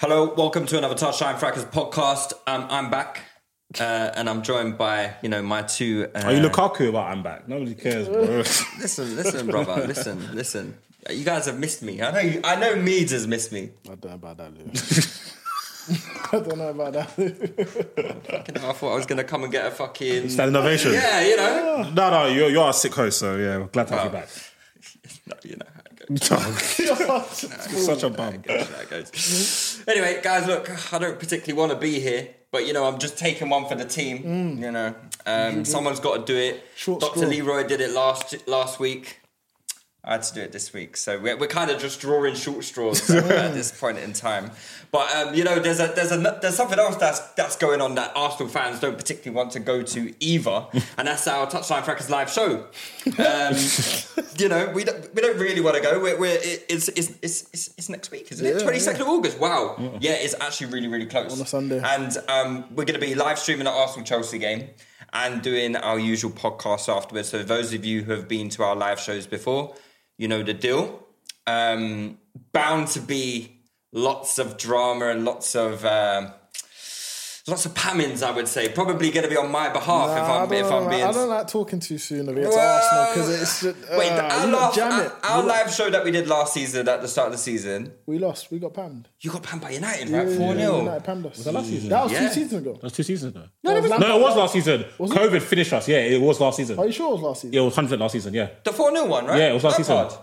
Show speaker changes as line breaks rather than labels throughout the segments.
Hello, welcome to another Touchline Frackers podcast. Um, I'm back, uh, and I'm joined by you know my two. Uh,
Are you Lukaku about I'm back? Nobody cares, bro.
Listen, listen, brother. listen, listen. You guys have missed me. I know. You, I know Meads has missed me.
I don't know about that, Lou. I don't know about that.
Fucking hell, I thought I was gonna come and get a fucking.
Stand innovation.
Yeah, you know.
No, no, you're, you're a sick host, so yeah, we're glad to have you
Wow.
back.
No, you know. how it goes.
Such a bum.
Goes, how it goes. Anyway, guys, look, I don't particularly want to be here, but you know, I'm just taking one for the team. Mm. You know, um, someone's got to do it.
Short
Dr.
straw.
Leroy did it last last week. I had to do it this week, so we're, we're kind of just drawing short straws at, at this point in time. But um, you know, there's a there's a there's something else that's that's going on that Arsenal fans don't particularly want to go to either, and that's our Touchline Frackers live show. Um, you know, we don't, we don't really want to go. We're, we're it, it's, it's it's it's it's next week, isn't it?
Yeah,
Twenty second of August. Wow. Yeah, it's actually really really close
On a Sunday.
and um, we're going to be live streaming the Arsenal Chelsea game and doing our usual podcast afterwards. So those of you who have been to our live shows before, you know the deal. Um, bound to be lots of drama and lots of um, lots of pammings, I would say. Probably going to be on my behalf
Nah,
if I'm if
Uh, I don't
I'm
know.
being.
I don't like talking too soon about
Well,
Arsenal because it's just, uh,
Wait, our,
we lot
last,
jam
our,
it.
our
we, lot-
live show that we did last season at the start of the season,
we lost. We got pammed.
you got panned by United, right? 4
Yeah,
0.
United pammed us. Was that
last season?
That was
Oh. Yeah.
two seasons ago.
That's two seasons ago.
No, it was
No, it was last season. COVID finished us. Yeah, it was last season.
Are you sure it was last season?
Yeah, it was 100 last season, yeah.
The 4 0 one, right?
Yeah, it was last season.
Lampard.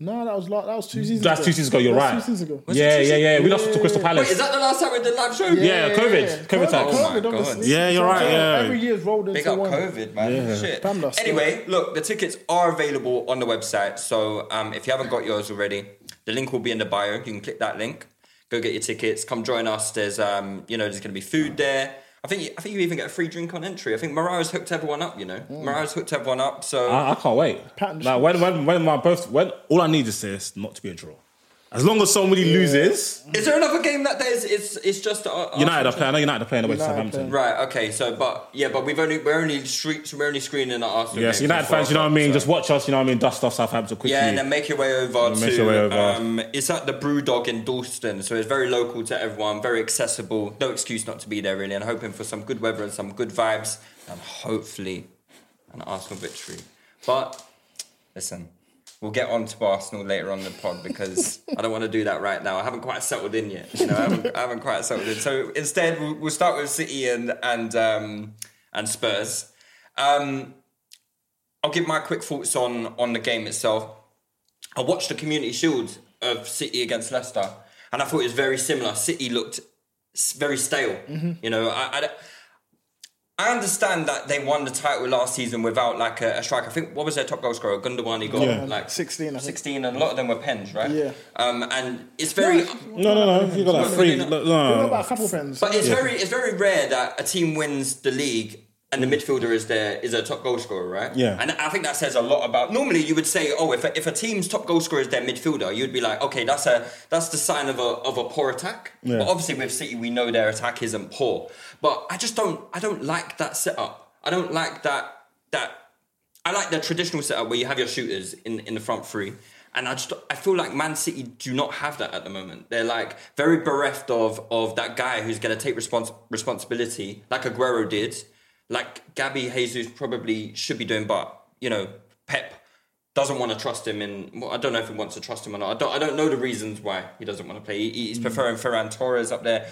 No, that was la- that was two seasons.
That's
ago.
two seasons ago, you're
That's
right.
Two seasons ago.
Yeah, yeah, yeah. We lost to Crystal
Wait,
Palace.
is that the last time we did live show?
Yeah, COVID. COVID time.
Oh my
COVID,
God.
obviously.
Yeah, you're
So
right, yeah.
Every year's rolled into
They got
one.
COVID, man. Shit.
Bam, that's
anyway, look, the tickets are available on the website. So um, if you haven't got yours already, the link will be in the bio. You can click that link, go get your tickets, come join us. There's um, you know, there's gonna be food there. I think I think you even get a free drink on entry. I think Mariah's hooked everyone up. You know, Mariah's hooked everyone up. So
I, I can't wait.
Pattern
Like when, when, when my both, when all I need is this not to be a draw. As long as somebody loses,
is there another game that there's? It's it's just uh,
United are playing. I know United are playing away to
United
Southampton.
playing.
Right. Okay. So, but yeah, but we've only we're only street, we're only screening at Arsenal.
Yes,
games
United
as well,
fans, you know what I mean?
so-
Just watch us, you know what I mean? Dust off Southampton quickly.
Yeah, and then make your way over
make
to.
your way over.
Um, it's at the Brew Dog in Dalston, so it's very local to everyone, very accessible. No excuse not to be there, really. And hoping for some good weather and some good vibes, and hopefully an Arsenal victory. But listen, we'll get on to Arsenal later on in the pod because I don't want to do that right now. I haven't quite settled in yet. You know, I haven't, I haven't quite settled in. So instead, we'll, we'll start with City and and um, and Spurs. Um, I'll give my quick thoughts on on the game itself. I watched the Community Shield of City against Leicester, and I thought it was very similar. City looked s- very stale. You know, I, I d- I understand that they won the title last season without like a, a striker. I think what was their top goal scorer? Gundawani got
Yeah.
like
16, I think.
sixteen, and a lot of them were pens, right?
Yeah.
Um, and it's very.
No, no, no. You got like
But
three.
they're not-
No,
We've got
no.
about a couple of pens.
But it's very it's very rare that a team wins the league and the midfielder is their is a top goal scorer, right?
Mm. Yeah.
And I think that says a lot about. Normally, you would say, oh, if a, if a team's top goal scorer is their midfielder, you'd be like, okay, that's a that's the sign of a of a poor attack.
Yeah.
But obviously, with City, we know their attack isn't poor. But I just don't I don't like that setup. I don't like that that I like the traditional setup where you have your shooters in in the front three, and I just I feel like Man City do not have that at the moment. They're like very bereft of of that guy who's going to take respons- responsibility, like Aguero did, like Gabby Jesus probably should be doing, but you know Pep doesn't want to trust him in. Well, I don't know if he wants to trust him or not. I don't. I don't know the reasons why he doesn't want to play. He, he's preferring Ferran Torres up there.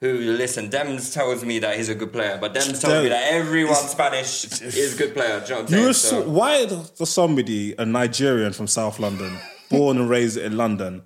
Who listen? Dems tells me that he's a good player, but Dems tells me that everyone Spanish is a good player. Do you know what I'm
You
saying?
were
So-
so, why does somebody, a Nigerian from South London, born and raised in London,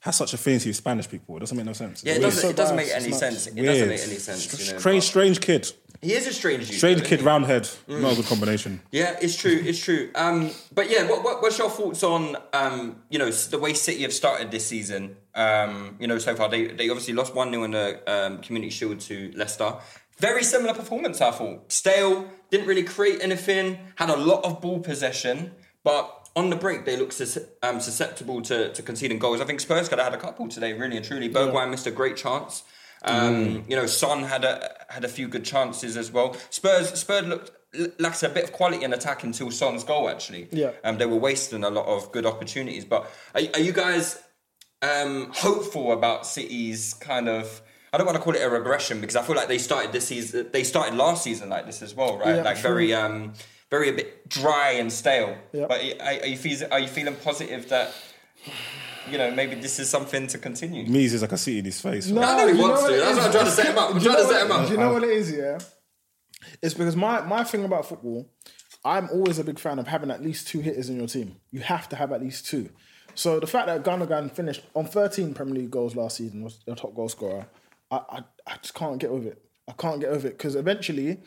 has such affinity with Spanish people? It doesn't make no sense.
yeah, it
Weird.
doesn't, it doesn't make
It's
any
not-
sense. It
Weird.
doesn't make any sense. You know,
Strange,
but-
strange kid.
He is a strange dude,
Strange
though,
kid,
isn't he?
round head. Not a good combination.
Mm. Yeah, it's true. It's true. Um, but yeah, what, what, what's your thoughts on um, you know s- the way City have started this season? Um, you know, so far they they obviously lost one 0 in the um, Community Shield to Leicester. Very similar performance, I thought. Stale, didn't really create anything. Had a lot of ball possession, but on the break they looked sus- um, susceptible to, to conceding goals. I think Spurs could have had a couple today, really and truly. Bergwijn missed a great chance.
Mm.
Um, You know, Son had a had a few good chances as well. Spurs Spurs looked l- lacked a bit of quality in attack until Son's goal actually.
Yeah.
Um, they were wasting a lot of good opportunities. But are, are you guys um, hopeful about City's kind of? I don't want to call it a regression because I feel like they started this season. They started last season like this as well, right?
Yeah,
like
true.
very um, very a bit dry and stale.
Yeah.
But are, are you feeling are you feeling positive that? You know, maybe this is something to continue.
Mees is like a seat in his face.
No,
I know he
you
wants
know
to.
it
That's
is.
what I'm trying to set him up. I'm
Do you
trying to
know
set
what-
him up.
Do you know what it is? Yeah, it's because my my thing about football, I'm always a big fan of having at least two hitters in your team. You have to have at least two. So the fact that Gundogan finished on 13 Premier League goals last season was the top goal scorer, I I, I just can't get with it. I can't get with it because eventually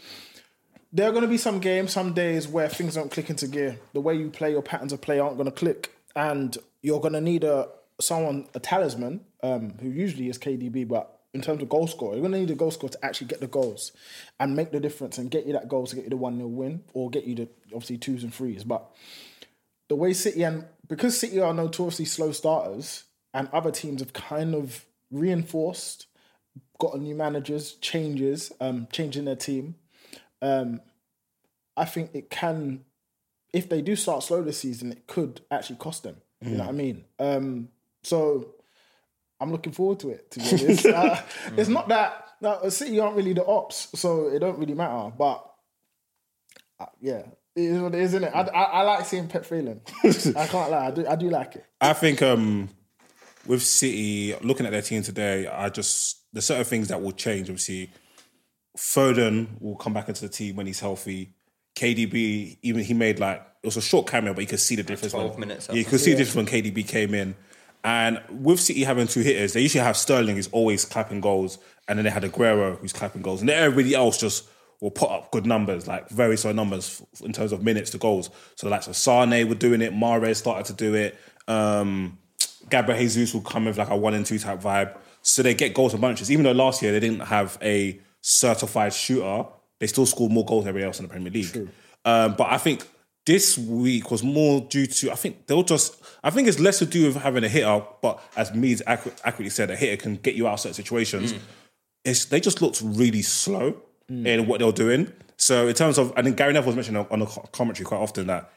there are going to be some games, some days where things don't click into gear. The way you play, your patterns of play aren't going to click, and you're going to need a someone, a talisman, um, who usually is KDB, but in terms of goal scorer, you're going to need a goal scorer to actually get the goals and make the difference and get you that goal to get you the one 0 win or get you the obviously twos and threes. But the way City and because City are notoriously slow starters, and other teams have kind of reinforced, got new managers, changes, um, changing their team. Um, I think it can, if they do start slow this season, it could actually cost them. You know what I mean? Um, so I'm looking forward to it. To be honest, Uh, it's not that now City aren't really the ops, so it don't really matter. But uh, yeah, it is what it is, isn't it? I, I, I like seeing Pep failing. I can't lie, I do I do like it.
I think um, with City, looking at their team today, I just there's certain things that will change. Obviously, Foden will come back into the team when he's healthy. KDB, even he made like it was a short cameo, but you could see the difference.
12
when,
minutes, I
Yeah, you could see the difference when KDB came in. And with City having two hitters, they usually have Sterling is always clapping goals, and then they had Aguero who's clapping goals, and then everybody else just will put up good numbers, like very solid numbers f- in terms of minutes to goals. So the likes of Sane were doing it, Mares started to do it. Um, Gabriel Jesus will come with like a one and two type vibe. So they get goals and bunches. Even though last year they didn't have a certified shooter, they still scored more goals than everybody else in the Premier League. Um, but I think this week was more due to I think they'll just I think it's less to do with having a hitter, but as Meads accu- accurately said, a hitter can get you out of certain situations. It's they just looked really slow in what they were doing. So in terms of I think Gary Neville was mentioned on on the co- commentary quite often that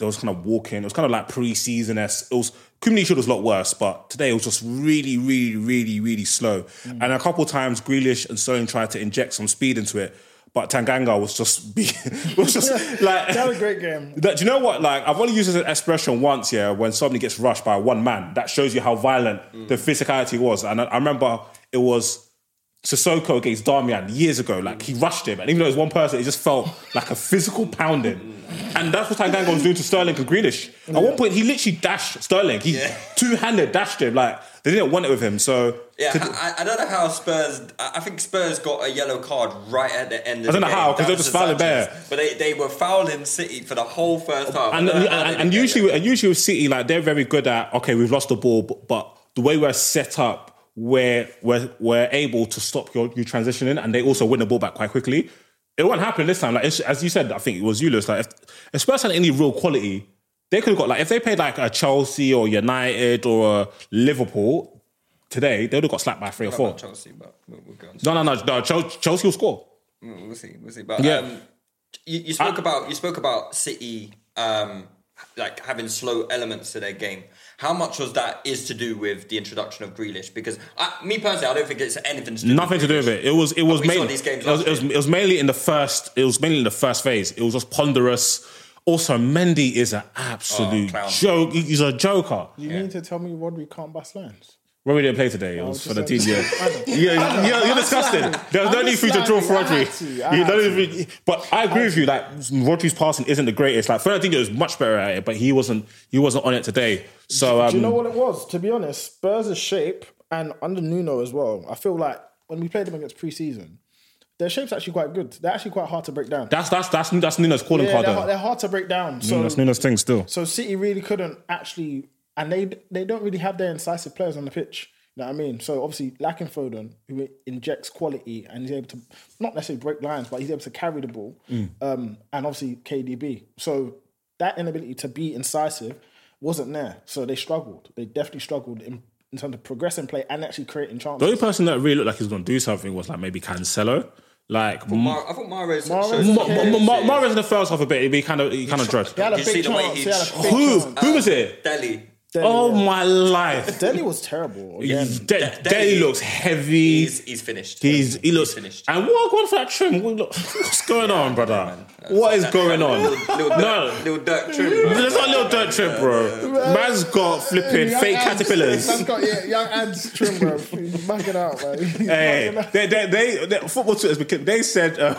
there was kind of walking. It was kind of like pre-season. It was Community Shield was a lot worse, but today it was just really, really, really, really slow.
Mm.
And a couple times, Grealish and Sterling tried to inject some speed into it, but Tanganga was just be, was just like
That was a great game.
that, do you know what? Like, I've only used this expression once, yeah, when somebody gets rushed by one man. That shows you how violent
Mm.
the physicality was. And I, I remember it was Sissoko against Damian years ago. Like, he rushed him. And even though it was one person, it just felt like a physical pounding. And that's what Tanganga was doing to Sterling and Grealish. At one point, he literally dashed Sterling. He
Yeah.
two handed dashed him. Like, they didn't want it with him. So,
Yeah,
to-
I, I- I don't know how Spurs. I I think Spurs got a yellow card right at the end. Of I
don't know how, 'cause they were just fouling bare.
But they, they were fouling City for the whole first half.
and,
I don't
and,
know how they
and,
did it.
usually and usually with City, like they're very good at okay, we've lost the ball, but, but the way we're set up, we're we're, we're able to stop your, you transitioning, and they also win the ball back quite quickly. It won't happen this time. Like it's, as you said, I think it was you, Lewis. Like if, if Spurs had any real quality, they could have got like if they played like a Chelsea or United or a Liverpool today, they would have got slapped by three or
Well,
four.
not Chelsea, but we'll, we'll go on.
No, no, no, no. Chel- Chelsea will score.
We'll we'll see. We'll see. But
Yeah.
um, you, you spoke about you spoke about City um, like having slow elements to their game. How much was that is to do with the introduction of Grealish? Because I, me personally, I don't think it's anything to do.
Nothing to do with it. It was it was
we saw
mainly
these games
it, was,
last
it, was,
year.
it was mainly in the first. It was mainly in the first phase. It was just ponderous. Also, Mendy is an absolute
Oh, clown.
joke. He's a joker.
You mean to tell me Rodri can't bust lines?
Rory didn't play today. It was for
Oh, just
the
like-
team. Yeah,
I know.
yeah, yeah, you're, you're
I'm
disgusted.
slapping.
There was no
I'm
need for you to
slapping.
draw for
I had
Rodri.
to, I
You
had
don't even- But I agree with you. Like Rodri's passing isn't the greatest. Like Fernandinho is much better at it, but he wasn't. He wasn't on it today. So um,
Do you know what it was? To be honest, Spurs' shape and under Nuno as well. I feel like when we played them against preseason, their shape's actually quite good. They're actually quite hard to break down.
that's that's that's that's Nuno's calling
yeah,
card.
they're,
though.
hard, they're hard to break down. So
Nuno's, Nuno's thing still.
So City really couldn't actually, and they they don't really have their incisive players on the pitch. You know what I mean? So obviously lacking Foden, who injects quality and he's able to not necessarily break lines, but he's able to carry the ball. Um, and obviously KDB. So that inability to be incisive wasn't there. So they struggled. They definitely struggled in, in terms of progressing play and actually creating
The
chances.
only person that really looked like he was going to do something was like maybe Cancelo. Like
Mar- I thought Mares.
Ma-
Ma- Ma- Ma- Mahrez in the first half a bit, he kind of he kind of drudged.
They had a
You
big
see the way
chance.
he-
They had a big
Who
chance.
who was it?
Delhi.
Oh my life!
Delhi was terrible. Again.
De- Delhi looks heavy.
He's, he's finished.
He's he looks
finished.
and what going for that trim? What- look- What's going on, brother? What is going on?
Little, little,
No,
dirt, little dirt trim. bro.
there's not a little dirt trim, bro. Man's got flipping fake caterpillars.
Man's got yeah, young ants trim, bro. Back it out, man.
Hey, they, they, they, they, football Twitter became. They said um,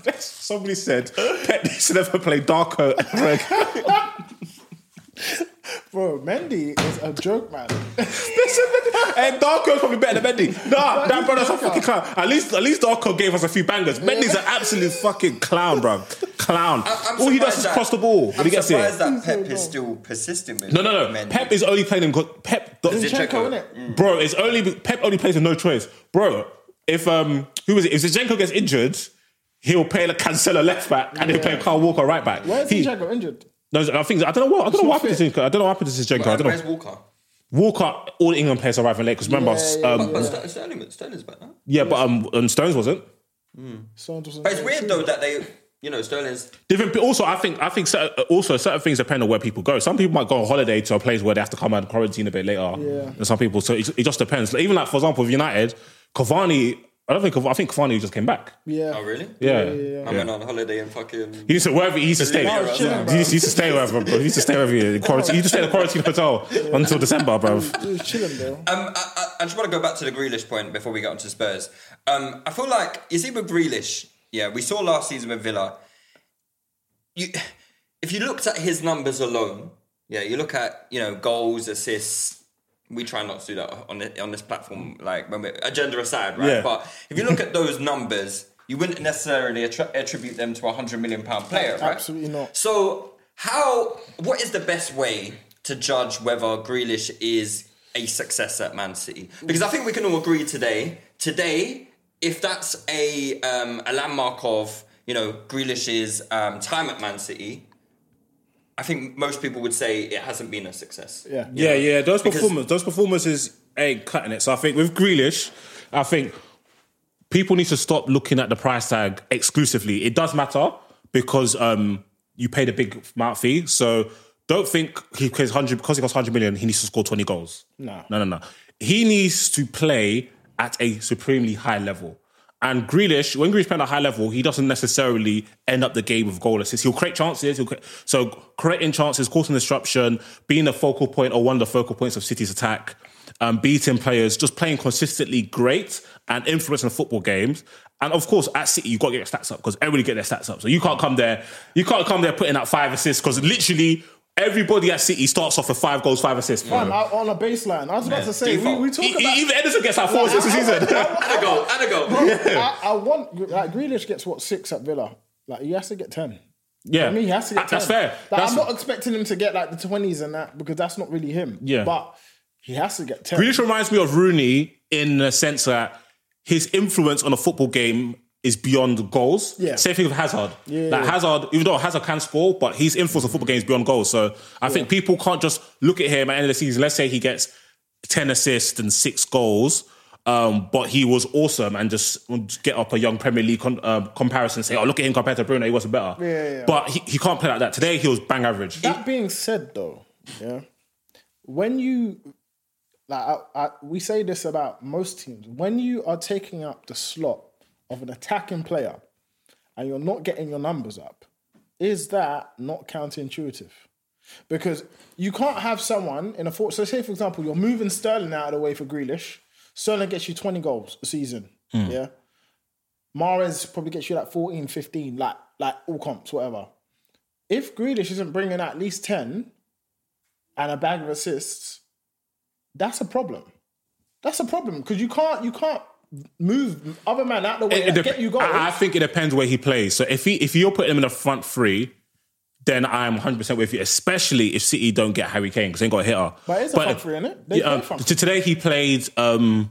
somebody said Pep needs to never play Darko ever again.
Bro, Mendy is a joke, man.
They said that- hey, Darko's probably better than Mendy. Nah, that brother's a fucking clown. At least, at least Darko gave us a few bangers. Mendy's an absolute fucking clown, bro. Clown.
I'm
All he does
surprised
is
that-
cross the ball when
I'm
he gets it.
surprised that Pep is still persisting with
No, no, no.
Mendy.
Pep is only playing him. 'cause Pep,
Zinchenko,
Zinchenko, innit?
bro, it's only Pep only plays with no choice, bro. If um, who is it? If Zinchenko gets injured, he'll play like Cancelo left back, and he'll play Carl Walker right back.
Where's
He-
Zinchenko injured?
No, I think I don't know what I don't know what
not
happened to Zinchenko. I don't know what happened to Zinchenko. I
And
don't
Where's
know.
Walker?
Walker, all England players are arriving late because remember,
Yeah,
yeah,
yeah,
um,
But,
yeah,
but Ster- Sterling, Sterling's back now.
but um, um, Stones wasn't.
Stones was
But it's weird though that they, you know, Sterling's
Different. Also, I think I think cer- uh, also certain things depend on where people go. Some people might go on holiday to a place where they have to come out of quarantine a bit later.
Yeah.
And some people, so it, it just depends. Like, even like for example, with United, Cavani. I don't think Cav- I think Cavani just came back.
Yeah.
Oh really?
Yeah.
I went on holiday and fucking.
He used to wherever he used to stay.
Yeah,
right. Yeah.
He used to, he used to stay wherever. Bro. He used to stay wherever. He, quarantine, he used to stay in a quarantine hotel until December, bro.
He was chilling, bro.
Um, I, I, I just want to go back to the Grealish point before we get onto Spurs. Um, I feel like you see with Grealish, yeah, we saw last season with Villa. You, if you looked at his numbers alone, yeah, you look at you know goals, assists. We try not to do that on the, on this platform, like when we're agenda aside, right?
Yeah.
But if you look at those numbers, you wouldn't necessarily attri- attribute them to a hundred million pound player, right?
Absolutely not.
So, how? What is the best way to judge whether Grealish is a success at Man City? Because I think we can all agree today. Today, if that's a um, a landmark of you know Grealish's um, time at Man City, I think most people would say it hasn't been a success.
Yeah.
Yeah, yeah. Those
Because-
performance, those performances ain't cutting it. So I think with Grealish, I think people need to stop looking at the price tag exclusively. It does matter because um, you paid a big amount fee. So don't think he plays hundred because he costs hundred million. He needs to score twenty goals.
No.
no, no, no. He needs to play at a supremely high level. And Grealish, when Grealish playing at a high level, he doesn't necessarily end up the game with goal assists. He'll create chances. He'll create, so creating chances, causing disruption, being the focal point or one of the focal points of City's attack, um, beating players, just playing consistently great and influencing the football games. And of course, at City, you've got to get your stats up because everybody get their stats up. So you can't come there, you can't come there putting out five assists because literally everybody at City starts off with five goals, five assists.
Man, I, on a baseline. I was about to say, we,
default.
we talk
E-
about.
e- even Edison gets out four assists this season.
And a goal, and a goal.
I, I want. Like, Grealish gets what, six at Villa? Like, he has to get 10.
Yeah, Ah,
I mean, he has to get 10.
that's fair.
Like,
That's-
I'm not expecting him to get like the 20s and that because that's not really him.
Yeah.
But he has to get 10.
Grealish reminds me of Rooney in the sense that his influence on a football game is beyond goals.
Yeah.
Same thing with Hazard.
Yeah,
like
yeah.
Hazard, even though Hazard can score, but his influence on football games is beyond goals. So I think people can't just look at him at the end of the season. Let's say he gets 10 assists and six goals. Um, but he was awesome and just get up a young Premier League con- um, comparison and say, oh, look at him compared to Bruno, he wasn't better.
yeah, yeah.
But he, he can't play like that. Today, he was bang average.
That being said, though, yeah, when you like, I, I, we say this about most teams. When you are taking up the slot of an attacking player, and you're not getting your numbers up, is that not counterintuitive? Because you can't have someone in a four. So say for example, you're moving Sterling out of the way for Grealish. Sterling gets you 20 goals a season. Yeah. Mares probably gets you like 14, 15, like like all comps, whatever. If Grealish isn't bringing at least 10 and a bag of assists, that's a problem. That's a problem because you can't you can't move other man out the way
It
and
dep-
get you goals.
Eh, I, I think it depends where he plays. So if he if you're putting him in the front three, then I'm 100 percent with you. Especially if City don't get Harry Kane because they ain't got a hitter.
But it's a front three, innit? They
yeah,
play
um,
front
to today he played um,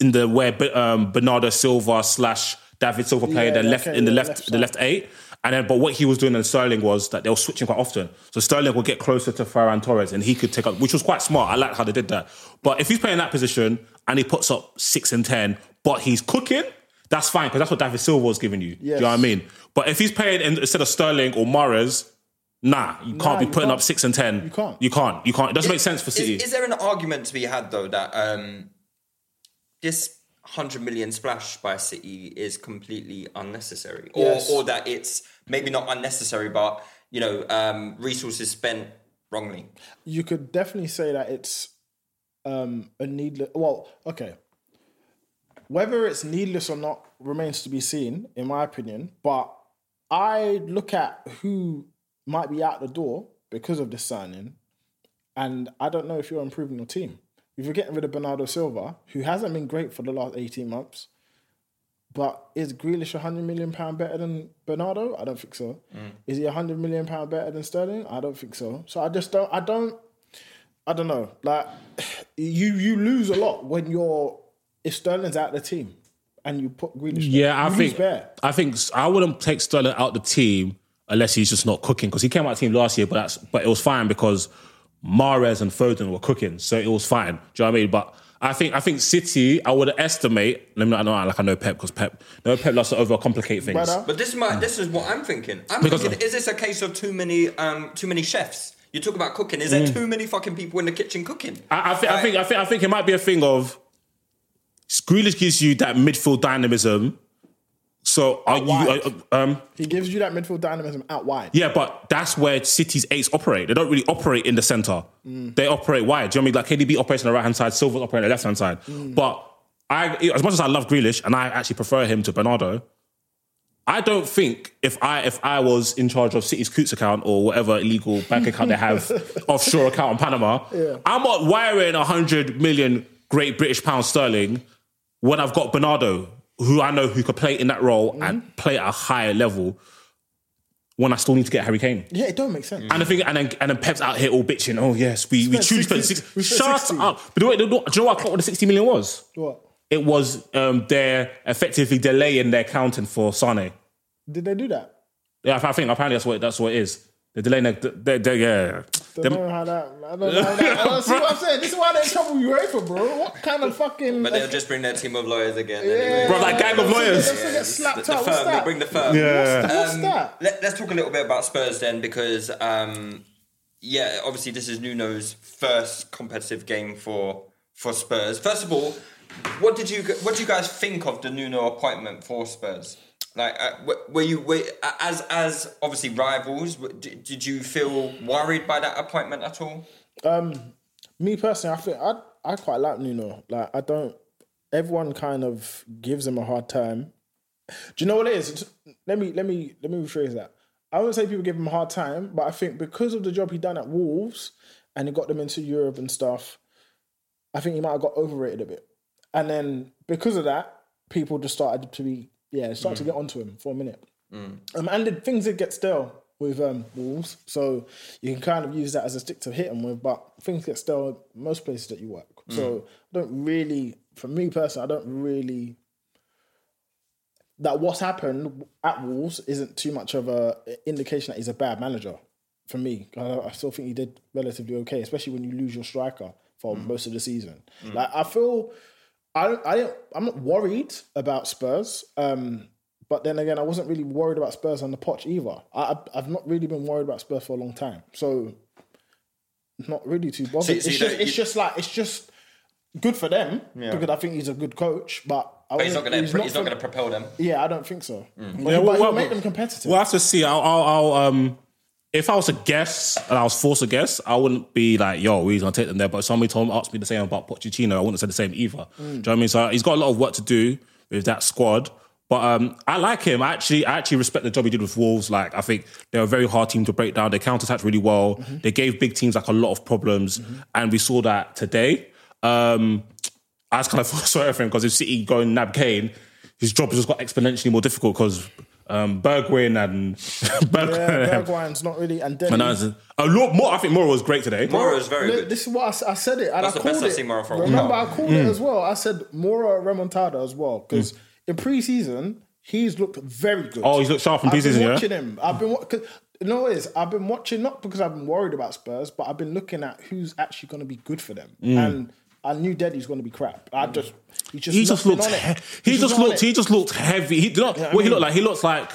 in the where B- um, Bernardo Silva slash David Silva played
Yeah,
the
yeah,
left
okay,
in the
yeah,
left,
left
the left eight. And then, but what he was doing in Sterling was that they were switching quite often. So Sterling would get closer to Ferran Torres, and he could take up, which was quite smart. I liked how they did that. But if he's playing that position and he puts up six and ten, but he's cooking, that's fine because that's what David Silva was giving you. Do you know what I
Yes.
mean? But if he's playing in, instead of Sterling or Mares, nah, you can't be
you
putting
can't.
up six and ten.
You can't.
You can't. You can't. It doesn't make sense for City.
Is, is there an argument to be had though that um, this hundred million splash by City is completely unnecessary, or
Yes.
or that it's maybe not unnecessary, but you know um, resources spent wrongly?
you could definitely say that it's um, a needless. Well, okay. Whether it's needless or not remains to be seen, in my opinion. But I look at who might be out the door because of this signing, and I don't know if you're improving your team. If you're getting rid of Bernardo Silva, who hasn't been great for the last 18 months, but is Grealish 100 million pound better than Bernardo? I don't think so.
Mm.
Is he 100 million pound better than Sterling? I don't think so. So I just don't. I don't. I don't know. Like you, you lose a lot when you're if Sterling's out the team and you put Grealish. there.
Yeah, I
You lose
think
bare.
I think I wouldn't take Sterling out the team unless he's just not cooking because he came out of the team last year, but that's but it was fine because Mares and Foden were cooking, so it was fine. Do you know what I mean? But I think I think City, I would estimate. Let me not know. Like I know Pep because Pep, no Pep loves to overcomplicate things.
Brother.
But this is my this is what I'm thinking. I'm
Because-
thinking, is this a case of too many um, too many chefs? You talk about cooking. Is there too many fucking people in the kitchen cooking?
Mm. I, I, think, I
Like-
think I think I think it might be a thing of Grealish gives you that midfield dynamism. So are you?
wide.
Are, um,
He gives you that midfield dynamism out wide.
Yeah, but that's where City's eights operate. They don't really operate in the centre. They operate wide. Do you know what I mean? Like KDB operates on the right hand side, Silva's operating on the left hand side. But I, as much as I love Grealish and I actually prefer him to Bernardo, I don't think if I if I was in charge of City's Coots account or whatever illegal bank account they have, offshore account in Panama, I'm not wiring hundred million Great British pound sterling when I've got Bernardo, who I know who could play in that role and play at a higher level. When I still need to get Harry Kane.
Yeah, it don't make sense.
And the thing, and then, and then Pep's out here all bitching. Oh yes, we we
Spent
choose for
60
six.
we spent
Shut
60.
up! But do, you know what- do you know what I caught? What the sixty million was?
What
It was um, they're effectively delaying their counting for Sane.
did they do that?
Yeah, I think apparently that's what that's what it is. They're delaying. Their, they they yeah.
Don't know how that. I don't know. How that I don't see what I'm saying. This is why they're in trouble with UEFA, bro. What kind of fucking?
But they'll just bring their team of lawyers again. anyway.
Bro, that gang of lawyers.
They'll still get slapped
The, the
out. What's
firm, they
that?
bring the firm. Um,
Yeah.
What's that?
Let, us talk a little bit about Spurs then, because um, yeah, obviously this is Nuno's first competitive game for for Spurs. First of all, what did you what do you guys think of the Nuno appointment for Spurs? Like, uh, were- were you were, as as obviously rivals? w- Did, did you feel worried by that appointment at all?
me personally, I think I I quite like Nuno. Like I don't. Everyone kind of gives him a hard time. Do you know what it is? Let me let me let me rephrase that. I wouldn't say people give him a hard time, but I think because of the job he done at Wolves and he got them into Europe and stuff, I think he might have got overrated a bit. And then because of that, people just started to be yeah, started to get onto him for a minute. Um, and did, things did get stale with um, Wolves, so you can kind of use that as a stick to hit them with. But things get stale at most places that you work. So I don't really, for me personally, I don't really. That what's happened at Wolves isn't too much of a indication that he's a bad manager. For me, I, I still think he did relatively okay, especially when you lose your striker for
Mm.
most of the season. Like I feel, I don't, I don't, I'm not worried about Spurs. Um, but then again, I wasn't really worried about Spurs on the potch either. I, I've- I've not really been worried about Spurs for a long time, so not really too bothered.
so
it's
you
just,
don't-
it's
you-
just like it's just good for them because I think he's a good coach, but, I
But he's not
wouldn't-
gonna he's, not
fin-
gonna propel them.
Yeah, I don't think so. But,
Yeah,
Mm.
he- but
well,
he'll
well,
make
well-
them competitive.
We'll have to see. I'll, I'll, I'll um, if I was to guess and I was forced to guess, I wouldn't be like, yo, he's gonna take them there. But if somebody told me asked me the same about Pochettino, I wouldn't say the same either. Do you know what I mean? So he's got a lot of work to do with that squad. But um, I like him. I actually, I actually respect the job he did with Wolves. Like, I think they're a very hard team to break down. They counterattacked really well. They gave big teams like a lot of problems, and we saw that today. Um, I just kind of feel sorry for him because if City go and nab Kane, his job just got exponentially more difficult because um, Bergwijn and Bergwijn
Yeah, Bergwijn's not really. And then
and that was- uh, Lo- Mo- I think Mora was great today.
Mora is very
Look,
good.
This is what I s- I, said it. And
That's
I
the
called
best I've
it.
seen Mora for a while.
Remember,
Mm.
I called it as well. I said Mora Remontada as well because in pre-season he's looked very
Mm.
good.
Oh, he's looked sharp in
I've
pre-season,
Been
yeah?
watching him. I've been wa- 'cause- you know what it is I've been watching not because I've been worried about Spurs, but I've been looking at who's actually going to be good for them.
Mm.
And I knew Deddy's going to be crap. I just he just
He
not
just
been
looked.
on it.
He, he
He's
just
not on
looked.
it.
He just looked heavy. He did not.
Yeah, I
what he
mean-
looked like. He looked like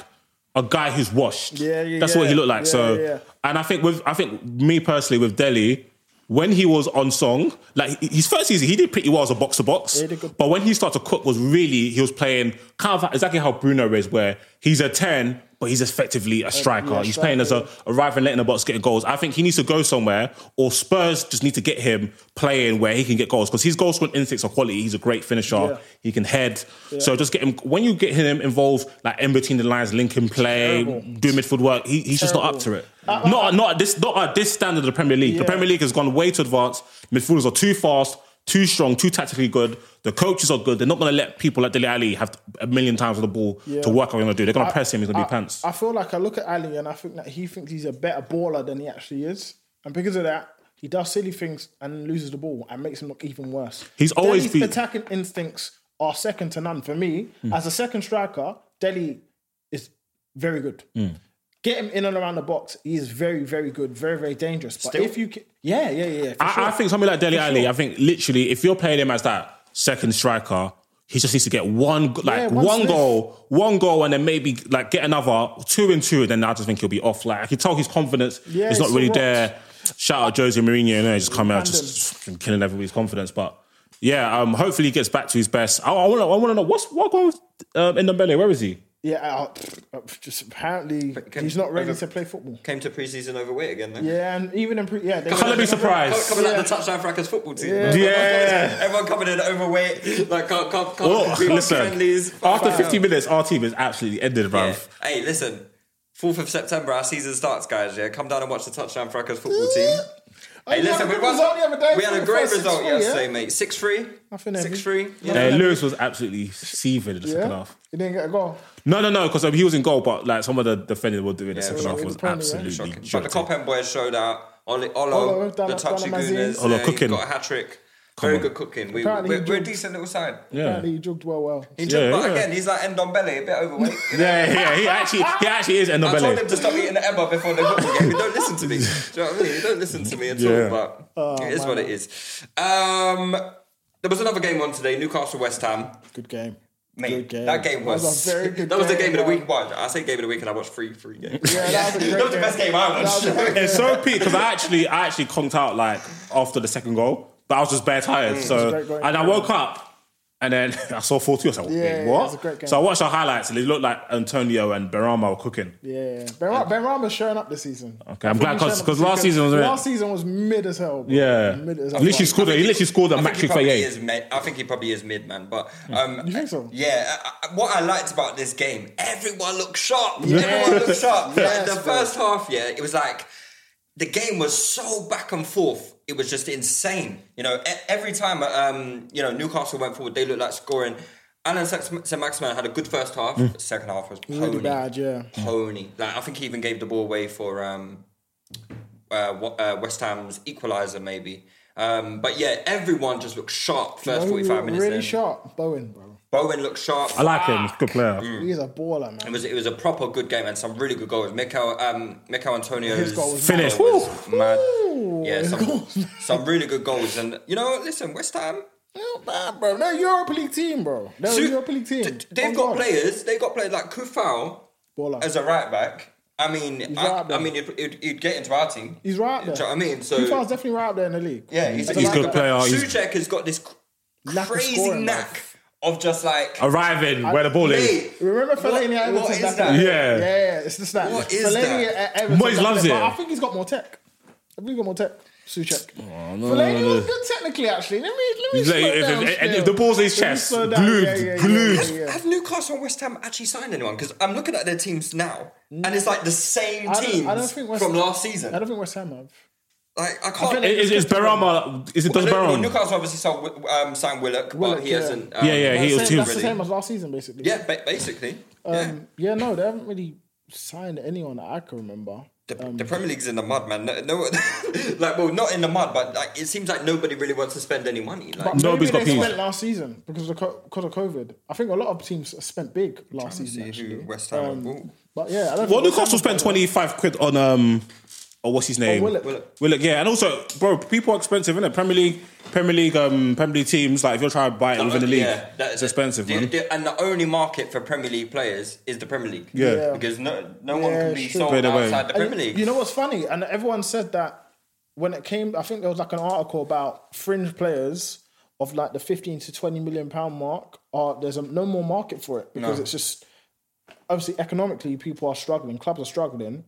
a guy who's washed.
Yeah, yeah,
That's what he
yeah.
looked like.
Yeah,
so,
yeah, yeah.
and I think with I think me personally with Delhi, when he was on song, like his first season, he did pretty well as a box to box.
he did good.
But when he started to cook, was really he was playing kind of exactly how Bruno is, where he's a ten. But he's effectively a striker. he's
striker,
playing as
yeah.
a, a right and letting the box getting goals. I think he needs to go somewhere, or Spurs just need to get him playing where he can get goals because his goal scoring instincts are quality. He's a great finisher.
Yeah.
He can head. So just get him when you get him involved, like in between the lines, link and play,
Terrible.
do midfield work. He, he's just not up to
Terrible. Uh,
it. Not not at this not at this standard of the Premier League. The
Yeah.
Premier League has gone way too advanced. Midfielders are too fast, too strong, too tactically good. The coaches are good. They're not going to let people like Dele Ali have a million times on the ball to work on what they're going to do. They're going to press him. He's going to be pants.
I feel like I look at Ali and I think that he thinks he's a better baller than he actually is. And because of that, he does silly things and loses the ball and makes him look even worse.
He's always
Delhi's
been- Hmm.
attacking instincts are second to none. For me, as a second striker, Delhi is very good.
Hmm.
Get him in and around the box. He is very, very good, very, very dangerous. But if you can, yeah, yeah, yeah. for
I,
sure.
I think somebody like Deli
For
Ali,
sure.
I think literally, if you're playing him as that second striker, he just needs to get one, go- like
Yeah,
one,
one sniff.
goal, one goal, and then maybe like get another two and two, and then I just think he'll be off. Like I can tell his confidence
Yeah,
is not
it's
really
all right.
there. Shout out Jose Mourinho, you know, just coming out
Random.
just fucking killing everybody's confidence. But yeah, um, hopefully he gets back to his best. I, I want to, I want to know what's what going on with, um, Ndombele? Where is he?
yeah. I, just apparently,
can-
he's not ready
okay.
to play football.
Came to preseason overweight again. Though.
Yeah, and even in pre, yeah, they-
Can't be surprised.
Coming like the touchdown frackers football team.
Yeah.
Everyone coming in overweight, like can't can't can't
Oh,
compete,
listen,
friendlies.
after
Fuck
50
out.
minutes, our team is absolutely ended, bruv.
Yeah. Hey, listen. 4th of September, our season starts, guys. Yeah, come down and watch the Touchdown Frackers football team. Hey,
you had
listen,
a
we,
good
won-
result the other day,
we had a
the
great
first
result
6-3, yeah?
yesterday, mate. 6 3.
Nothing heavy.
6 3.
Uh,
Yeah.
Lewis was absolutely seething in the second
Yeah,
half.
he didn't get a goal.
No, no, no, because he was in goal, but like some of the defending were doing the second
shocking.
half was
Penalty, yeah.
absolutely
Shocking. But the
shocking.
Copen boys showed out. Oli, Olo,
Olo,
the
Dana-
Touchy
Dana Mazin.
Gooners.
Olo
yeah,
cooking.
He got a hat trick. Very
on.
good cooking. We,
Apparently
we're,
he
we're a
jumped.
decent little side.
Yeah.
Apparently, he jogged well. Well,
He jumped, but
yeah.
again, he's like Ndombele, a bit overweight.
Yeah, yeah, he actually, he actually is
I told him
Ndombele.
to stop eating the Emma before the football game. He don't listen to me. Do you know what I mean? He don't listen to me at
Yeah.
all. But
Oh,
it is what it is. Um, there was another game on today. Newcastle West Ham.
good game.
Mate,
Good game.
that game was,
was a very good
that was the
game,
game of the
man.
week. Well, I say game of the week, and I watched three three games.
Yeah, that was a great
was the best game I watched.
That was a great
It's so peak because I actually, I actually conked out like after the second goal, but I was just bare tired.
great
So
goal.
and I woke up and then I saw four two. I was like,
Yeah,
wait,
yeah, it was a great
what?
game.
So I watched the highlights and it looked like Antonio and Berama were cooking.
Yeah, Ben, Ra- ben Rama's showing up this season.
Okay, I'm glad
He's showing
because
up
because
this
last season was a bit-
last season was mid as hell. bro.
yeah,
mid as hell.
literally scored. a- He literally scored a
I think
match
he
with
probably
Faye.
is mid. I think he probably is mid, man. But um,
You think so?
Yeah. I, I- what I liked about this game, everyone looked sharp. Everyone looked sharp.
Yes,
Like, the
bro.
first half, yeah, it was like the game was so back and forth. It was just insane. You know, e- every time um, you know Newcastle went forward, they looked like scoring. Alan Saint Maximin had a good first half. Second half was pony,
Mm. really bad. Yeah,
pony. Like I think he even gave the ball away for um, uh, Wa- uh, West Ham's equaliser, maybe. Um, but yeah, everyone just looked sharp first
Bowen
45
looked
minutes.
Really
in.
sharp, Bowen, bro.
Bowen looked sharp.
I like him. He's a good player.
He's a baller,
It
man.
was it was a proper good game and some really good goals. Mikel um Mikel Antonio's
His goal was
Finish.
goal was
Woo.
mad.
Ooh,
Yeah,
his
some,
goals.
some really good goals. And you know, listen, West Ham
No, man, bro. They're a Europa League team, bro. They're
So,
a Europa League team.
th- They've
Oh,
got
God.
players. They've got players like Kufau
Baller.
as a right back. I mean, I,
right
I
there.
mean, he'd, he'd, he'd get into our team.
He's right there.
Do you know what I mean? So
Kufar's definitely right up there in the league.
yeah, he's,
As a
he's
right
good
back.
player. He's-
Suchek has got this cr-
Lack of
crazy
scoring,
knack
bruv.
of just like
Arriving where the ball is.
mate.
Remember Fellaini
what,
at
what
Everton?
is
that
that?
day?
Yeah.
yeah, yeah, it's just that.
What is
Fellaini
that?
at Everton
Moyes
that
loves
day, but
it.
I think he's got more tech. I think he's got more tech. Suchek. Oh,
no,
Fellaini
no, no.
was good technically, actually. Let me let me
He's like,
slow
if-
down
if-
still.
if the ball's in his
Let me
chest,
slow down.
glued, glued.
yeah, yeah.
Have Newcastle and West Ham actually signed anyone? Because I'm looking at their teams now, and it's like the same
I don't,
teams
I don't think West
from last season.
I don't think West Ham have.
like I can't.
think-
Is, is Barama? Is it does
I don't know,
Barama?
Newcastle obviously sold, um, signed Willock,
Willock,
but he
yeah.
hasn't. Um,
Yeah, yeah, he was
That's the-
too.
That's the
really.
same as last season, basically.
yeah, ba- basically. yeah.
Um, yeah, no, they haven't really signed anyone that I can remember.
The, the
Um,
Premier League's in the mud, man. No, no like, well, not in the mud, but like, it seems like nobody really wants to spend any money. Like,
But
Nobody's
maybe
got
they
peas.
spent last season because of, co- because of COVID. I think a lot of teams spent big last season.
see who
Actually. Um,
West Ham have bought.
But yeah, I don't
Well,
think West
Newcastle
Ham-
spent twenty five quid on um, or what's his name?
Willock.
Willock.
Willock, yeah, and also, bro, people are expensive, innit? Premier League, Premier League, um, Premier League teams. Like, if you're trying to buy it within the league,
that-
it's expensive,
the-
man.
the- and the only market for Premier League players is the Premier League.
Yeah.
Yeah.
Because no, no one
Yeah,
can be
it's true.
sold
By the way.
outside the
And
Premier League.
You know what's funny? And everyone said that when it came, I think there was like an article about fringe players of like the 15 to 20 million pound mark. Are there's a, no more market for it because
No.
it's just obviously economically people are struggling, clubs are struggling.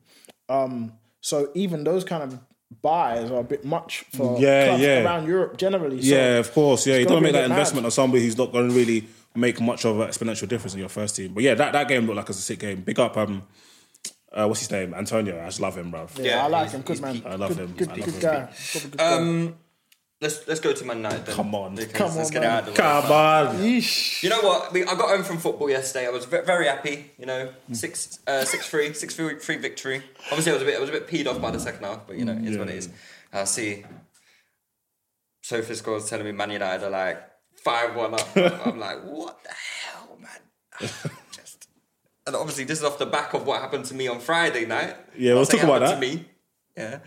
Um, so even those kind of buys are a bit much for
Yeah,
clubs
yeah.
around Europe generally. So
yeah, of course. Yeah, you
gonna
don't make
be a
that
bit mad.
investment on somebody who's not going to really make much of an exponential difference in your first team. But yeah, that, that game looked like it's a sick game. Big up, um, uh, what's his name? Antonio. I just love him, bro.
Yeah, I like
he's- Um,
him. Good
he's
man.
peak.
I love
good,
him.
Good,
I love
good
him.
guy. Probably good guy.
Let's let's go to Man United. Then,
Come on.
because
Come
let's
on,
get it
man.
out of the way.
Come on.
Yeesh.
You know what? We, I got home from football yesterday. I was ve- very happy. You know,
Mm.
six, uh, six three, six three, three victory. Obviously, I was a bit, I was a bit peed off by the second half, but you know, it's what it is. I see. Sophie scores telling me Man United are like five one up. I'm like, what the hell, man? Just and obviously this is off the back of what happened to me on Friday night.
Yeah, we'll
I'll say
talk about
happened To me. Yeah.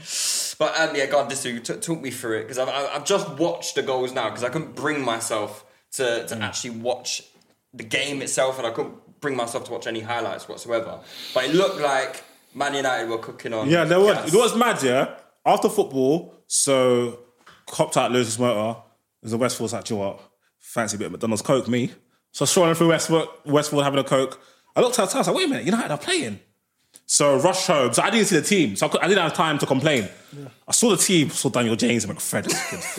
But um, yeah, God, this t- talk me through it because I've, I've I've just watched the goals now because I couldn't bring myself to,
Mm.
to actually watch the game itself and I couldn't bring myself to watch any highlights whatsoever. But it looked like Man United were cooking on.
Yeah, there was.
gas.
It was mad, yeah? After football, so copped out Lewis Motor. There's a Westford's like, "Do you know what? Fancy a bit of McDonald's Coke, me. So strolling through Westford, Westford having a Coke. I looked outside, I was like, wait a minute, United are playing. So rush home. So I didn't see the team. So I, could, I didn't have time to complain. I saw the team, saw Daniel James and McFred.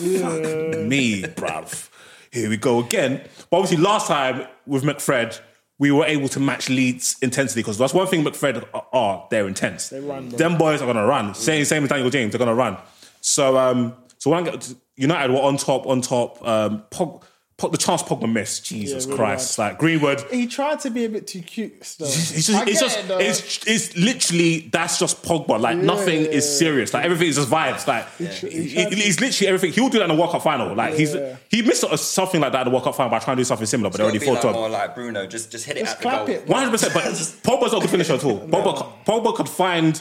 Fuck me, bruv. Here we go again. But obviously, last time with McFred, we were able to match Leeds' intensity because that's one thing McFred are, are they're intense. They
run, bro.
Them boys are gonna run. Same same as Daniel James, they're gonna run. So um, so when I get to- United were on top, on top. Um, Pog, Pog, the chance Pogba missed. Jesus
really
Christ! Like Greenwood,
He tried to be a bit too cute. Still.
it's
I
just, it's,
get
just
it, though.
it's, it's literally that's just Pogba. Like nothing is serious. Like everything is just vibes. Like
tr- he
he-
tried to-
he's literally everything. He'll do that in the World Cup final. Like he's
Yeah.
he missed a- something like that in the World Cup final by trying to do something similar, but they
Gotta
already
be
thought
like
to him.
more like Bruno. Just just hit it
Just
at
clap
the
it,
goal.
One hundred percent. But Pogba's not a good finisher at all. Pogba, Pogba could find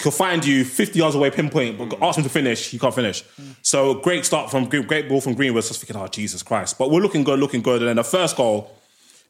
could find you fifty yards away, pinpoint, but ask him to finish, he can't finish. So great start from Green- great ball from Greenwood. Just thinking, oh Jesus Christ! But we're looking good, looking good. And then the first goal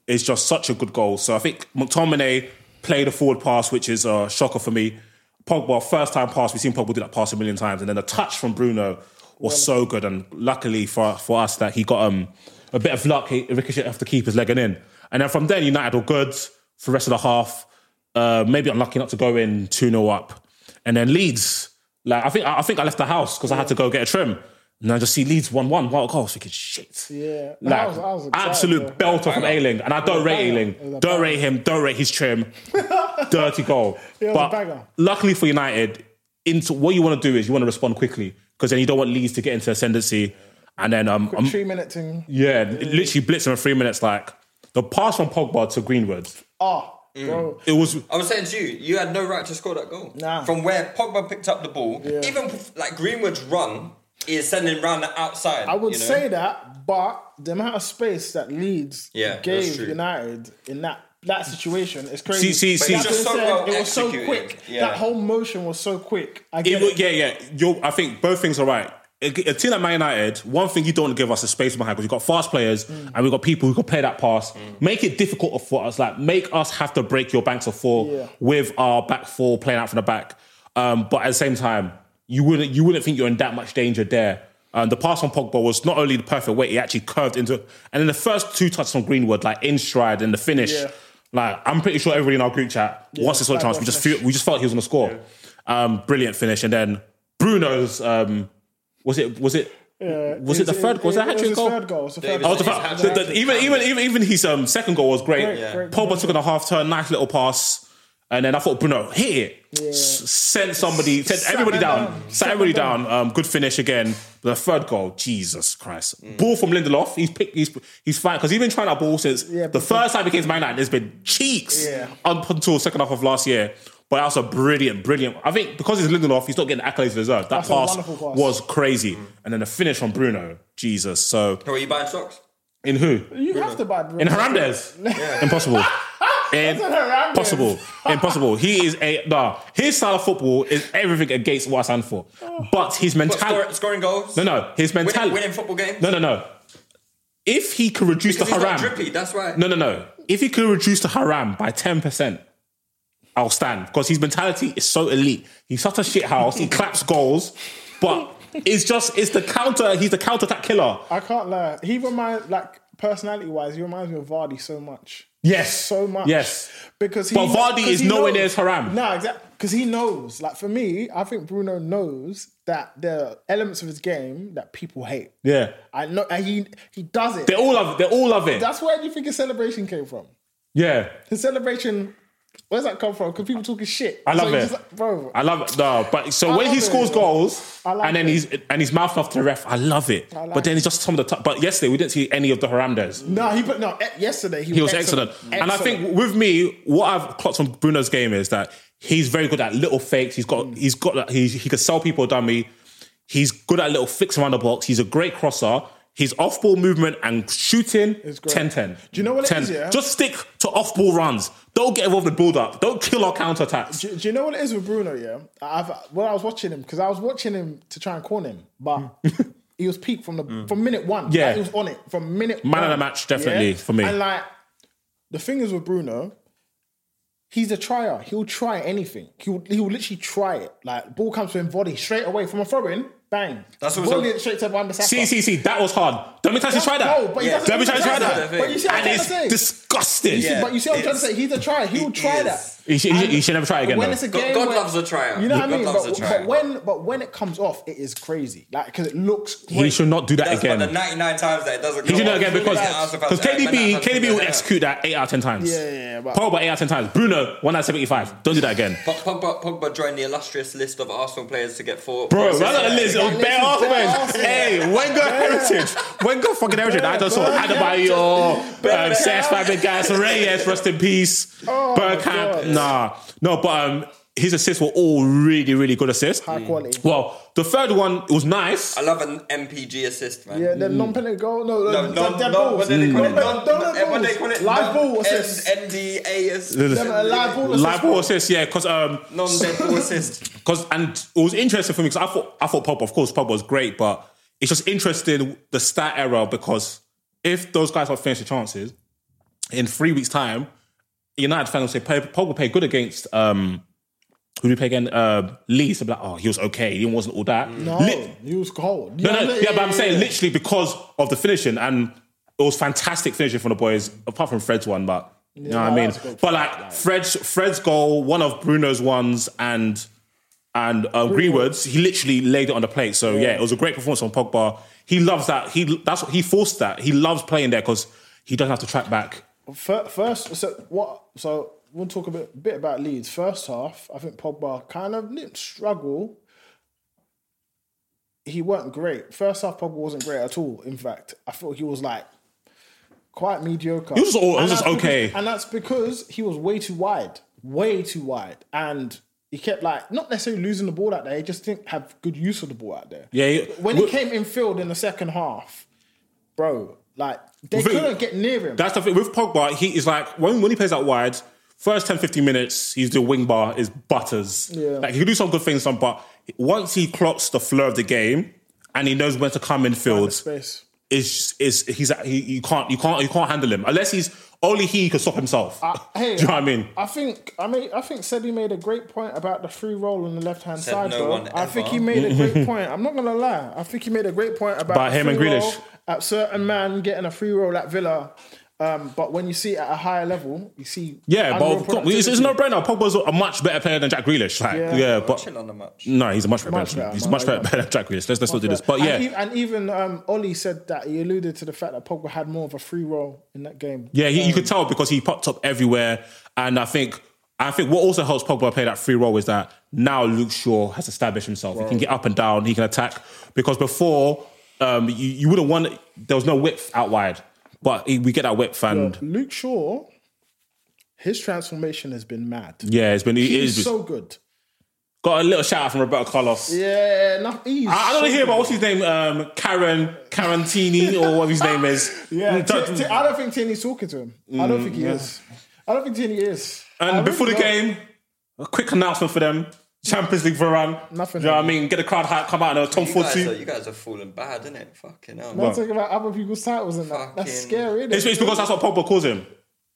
is just such a good goal. So I think McTominay played a forward pass, which is a shocker for me. Pogba, first time pass. We've seen Pogba do that pass a million times, and then the touch from Bruno was so good. And luckily for for us, that he got um a bit of luck. He ricocheted off the keeper's leg and in. And then from then, United were good for the rest of the half. Uh, maybe unlucky not to go in two 0 up, and then Leeds. Like I think I I think I left the house because I had to go get a trim. And I just see Leeds 1 1. What a goal. I was thinking, shit.
Yeah.
Like,
I was- I was excited,
absolute
yeah.
belter from Ailing, and I don't rate
banger.
Ailing.
It was a
Don't
banger.
rate him. Don't rate his trim. Dirty goal.
It was a banger.
But luckily for United, into what you want to do is you want to respond quickly because then you don't want Leeds to get into ascendancy, and then um, um,
three minute thing.
yeah, literally blitz him in three minutes. Like the pass from Pogba to Greenwood,
Ah,
Mm.
bro.
it was
I was saying to you, you had no right to score that goal.
Nah.
From where Pogba picked up the ball, even like Greenwood's run is sending round the outside.
I would
you know?
say that, but the amount of space that Leeds
Yeah, that's
gave
true.
United in that that situation is crazy.
See, see,
But
see.
that
It's
just
being
so well
it was so
executed.
quick.
Yeah.
That whole motion was so quick. I
It
get
would-
it.
yeah, yeah. You're, I think both things are right. A, a team like Man United, one thing you don't want to give us is space behind because you've got fast players and we've got people who can play that pass. Make it difficult for us. Like, make us have to break your banks of four
Yeah.
with our back four playing out from the back. Um, but at the same time, you wouldn't you wouldn't think you're in that much danger there. Um, the pass on Pogba was not only the perfect way, he actually curved into it. And then the first two touches on Greenwood, like in stride and the finish,
Yeah.
like I'm pretty sure everybody in our group chat, once this one
bad
chance,
ball
we just
finish.
feel, we just felt he was gonna score. Um, brilliant finish. And then Bruno's um, was it was it was it the third goal? Was it a hat
was
trick
his
goal?
Third goal. It was the third
Davis
Oh,
goal.
the
His
fact, the,
hat-trick.
the- even even even even his um, second goal was great.
Great, Yeah. great.
Pogba took on a half turn, nice little pass, and then I thought Bruno hit it, S- sent somebody, sent
Sat
everybody
man
down,
down.
sat everybody down. Um, good finish again. But the third goal, Jesus Christ!
Mm.
Ball from Lindelof. He's picked. He's he's fine because he's been trying that ball since
Yeah,
the
but-
first time he came to Man United. There's been cheeks
Yeah.
up until second half of last year. But that was a brilliant, brilliant. I think because it's Lindelof, he's not getting the accolades he deserves. That
That's a
pass,
wonderful pass. Mm.
was crazy, and then the finish from Bruno, Jesus. So
Who are you buying socks?
in who?
You have to buy Bruno.
In Hernandez. Impossible. In-
Hernandez.
Possible. Impossible. He is a nah. His style of football is everything against what I stand for. But his
What, score,
mentality.
scoring goals?
No, no. His
Winning,
mentality.
winning football games?
No, no, no. If he could reduce the
Because he's not
haram.
drippy, that's right.
No, no, no. If he could reduce the haram by 10%, I'll stand. Because his mentality is so elite. He's such a shit house. He claps goals. But it's just, it's the counter. He's the counter attack killer.
I can't lie. He reminds like personality wise, he reminds me of Vardy so much.
Yes.
so much.
Yes.
because he,
But Vardy
'cause
is
he
nowhere
knows-
near as Haram.
No, exactly. Because he knows. Like for me, I think Bruno knows that there are elements of his game that people hate.
Yeah.
I know. And he he does it.
They all love. They all love it.
That's where do you think his celebration came from?
yeah,
His celebration. Where's that come from? Because people talking shit.
I love
he
it.
bro.
I love it. No, but so
I
when he
love it.
scores goals
I like
and then
it.
he's and he's mouth off to the ref, I love it.
I like
but then it's just some of the. T- but yesterday we didn't see any of the Haramdas.
no, he put no. e- Yesterday he,
He was excellent. and I think with me, what I've clocked from Bruno's game is that he's very good at little fakes. He's got he's got that he he can sell people a dummy. He's good at little flicks around the box. He's a great crosser. His off ball movement and shooting
great.
10 10.
Do you know what it
10.
is, yeah?
Just stick to off ball runs. Don't get involved in build up. Don't kill our counter attacks.
Do, do you know what it is with Bruno? Yeah, I've well, I was watching him because I was watching him to try and corner him, but he was peaked from the from minute one.
Mm. Yeah.
Like, he was on it from minute.
Man of
one.
the match, definitely, for me.
And like the thing is with Bruno, he's a trier. He'll try anything. He'll he'll literally try it. Like ball comes to him, body straight away from a throw in, bang.
That's what was
volley
up-
it straight to Wan-Bissaka.
See, see, see, that was hard. Don't be trying to try that.
No, but he
Yeah.
doesn't
Don't be
he
trying to try
does that.
that.
that.
But you see what I'm
And
trying
it's
to say?
disgusting.
Yeah.
But you see what I'm trying to
It's-
say? He's a trier. He'll
It
try
is.
that.
He, should- he should- he
And
should never try again.
when
though.
it's a
God-
game
God
where-
loves a tryout.
You know what I
God
mean?
loves
But,
a
but
tryout.
when but when it comes off, it is crazy. Like because it looks.
he
great.
should not do that
That's
again.
about the 99 times that it doesn't
He should not again because because
because
KDB KDB will execute that eight out of ten times.
Yeah, yeah, yeah, but-
Pogba eight out of ten times. Bruno one out of seventy five. Don't do that again,
Pogba, Pogba joined the illustrious list of Arsenal players to get four.
bro.
four
Run out the
assists.
list of
list
bare
is bare
Arsenal.
Arsenal.
Hey, Wenger heritage. Wenger fucking heritage. I just saw
Bare
Adebayo, um,
Bare
Cesc
Arsenal.
Fabregas, Reyes, rest in peace.
Oh, my
Bergkamp.
God.
Nah, no, but um, his assists were all really, really good assists.
High quality.
Well, the third one was nice.
I love an MPG assist, man.
Yeah, the non-penalty goal. Mm. No, no,
No,
no,
no,
dead
no,
balls.
what do they call it?
Non-
Non- What do they
non-penalty
call
balls.
it?
Live ball
Non-
assist.
N- NDA assist.
Them are Live ball assist.
Live ball assist, yeah, because um,
Non-dead ball assist.
Because and it was interesting for me because I thought I thought Pop, of course, Pop was great, but it's just interesting the stat error because if those guys are finishing chances in three weeks' time, United fans will say Pop Pop will play good against um who do we play again? Uh, Leeds. They'll be like, oh, he was okay. He wasn't all that.
No,
Lit-
he was cold.
no, no, yeah, but I'm saying
yeah.
literally because of the finishing, and it was fantastic finishing from the boys, apart from Fred's one, but you know what I
no,
mean.
that was good.
But like Fred's Fred's goal, one of Bruno's ones, and and uh, Greenwood's, he literally laid it on the plate. So yeah. it was a great performance from Pogba. He loves that. He that's what he forced that. He loves playing there because he doesn't have to track back.
Fir- First, so what? So we'll talk a bit, bit about Leeds. First half, I think Pogba kind of didn't struggle. He weren't great. First half, Pogba wasn't great at all. In fact, I thought he was like quite mediocre. He
was just all- he was just okay.
and that's because he was way too wide, way too wide, and he kept like not necessarily losing the ball out there. He just didn't have good use of the ball out there.
Yeah, he-
when he
Wh-
came in field in the second half, bro, like they
Really?
couldn't get near him.
That's the thing with Pogba. He is like when when he plays out wide, first 10, 15 minutes, he's doing wing bar is butters.
Yeah.
Like he can do some good things, some but once he clocks the flow of the game and he knows when to come in field,
space.
it- is is he's he, you can't you can't you can't handle him unless he's only he can stop himself.
I- Uh, hey, uh,
Do you know what I mean?
I think I mean I think Sebi made a great point about the free roll on the left hand
Said
side.
no
though.
one
I think
ever.
he made a great point. I'm not gonna lie. I think he made a great point about
About
the
him and
free
Grealish.
roll At certain man getting a free roll at Villa, um, but when you see it at a higher level, you see
Yeah, but
unreal
come- it's, it's
productivity.
no brainer. Pogba's a much better player than Jack Grealish. Like,
Yeah.
yeah. but
Chill on the match.
no, he's a much better.
Much
player.
better,
he's
man,
much
yeah.
better, than Jack Grealish. Let's let's not do this. But yeah,
and, e- and even um, Ollie said that he alluded to the fact that Pogba had more of a free roll in that game.
Yeah, he, you
Um,
could tell because he popped up everywhere, and I think I think what also helps Pogba play that free role is that now Luke Shaw has established himself. He can get up and down. He can attack because before um, you, you wouldn't want there was no width out wide, but he- we get that width and.
Um, Luke Shaw, his transformation has been mad.
Yeah, it's been it
He's
is-
so good.
got a little shout out from Roberto Carlos.
Yeah, no, he's
I, I don't
so
want to hear about
good.
what's his name, um, Karen Carantini or what his name is.
Yeah,
Mm, don't- Mm,
T- T- I don't think Tierney's talking to him. I don't think he is. I don't think Tierney is.
And
I
before the
really don't.
game, a quick announcement for them. Champions League Varane.
Nothing.
Do you know what I mean? Get the crowd hype, come out and a Tom
You guys, are,
42.
you guys are falling bad, innit? Fucking hell.
I'm talking about other people's titles and that. That's
Fucking-
scary. Isn't
It's, it's because that's what Pogba calls him.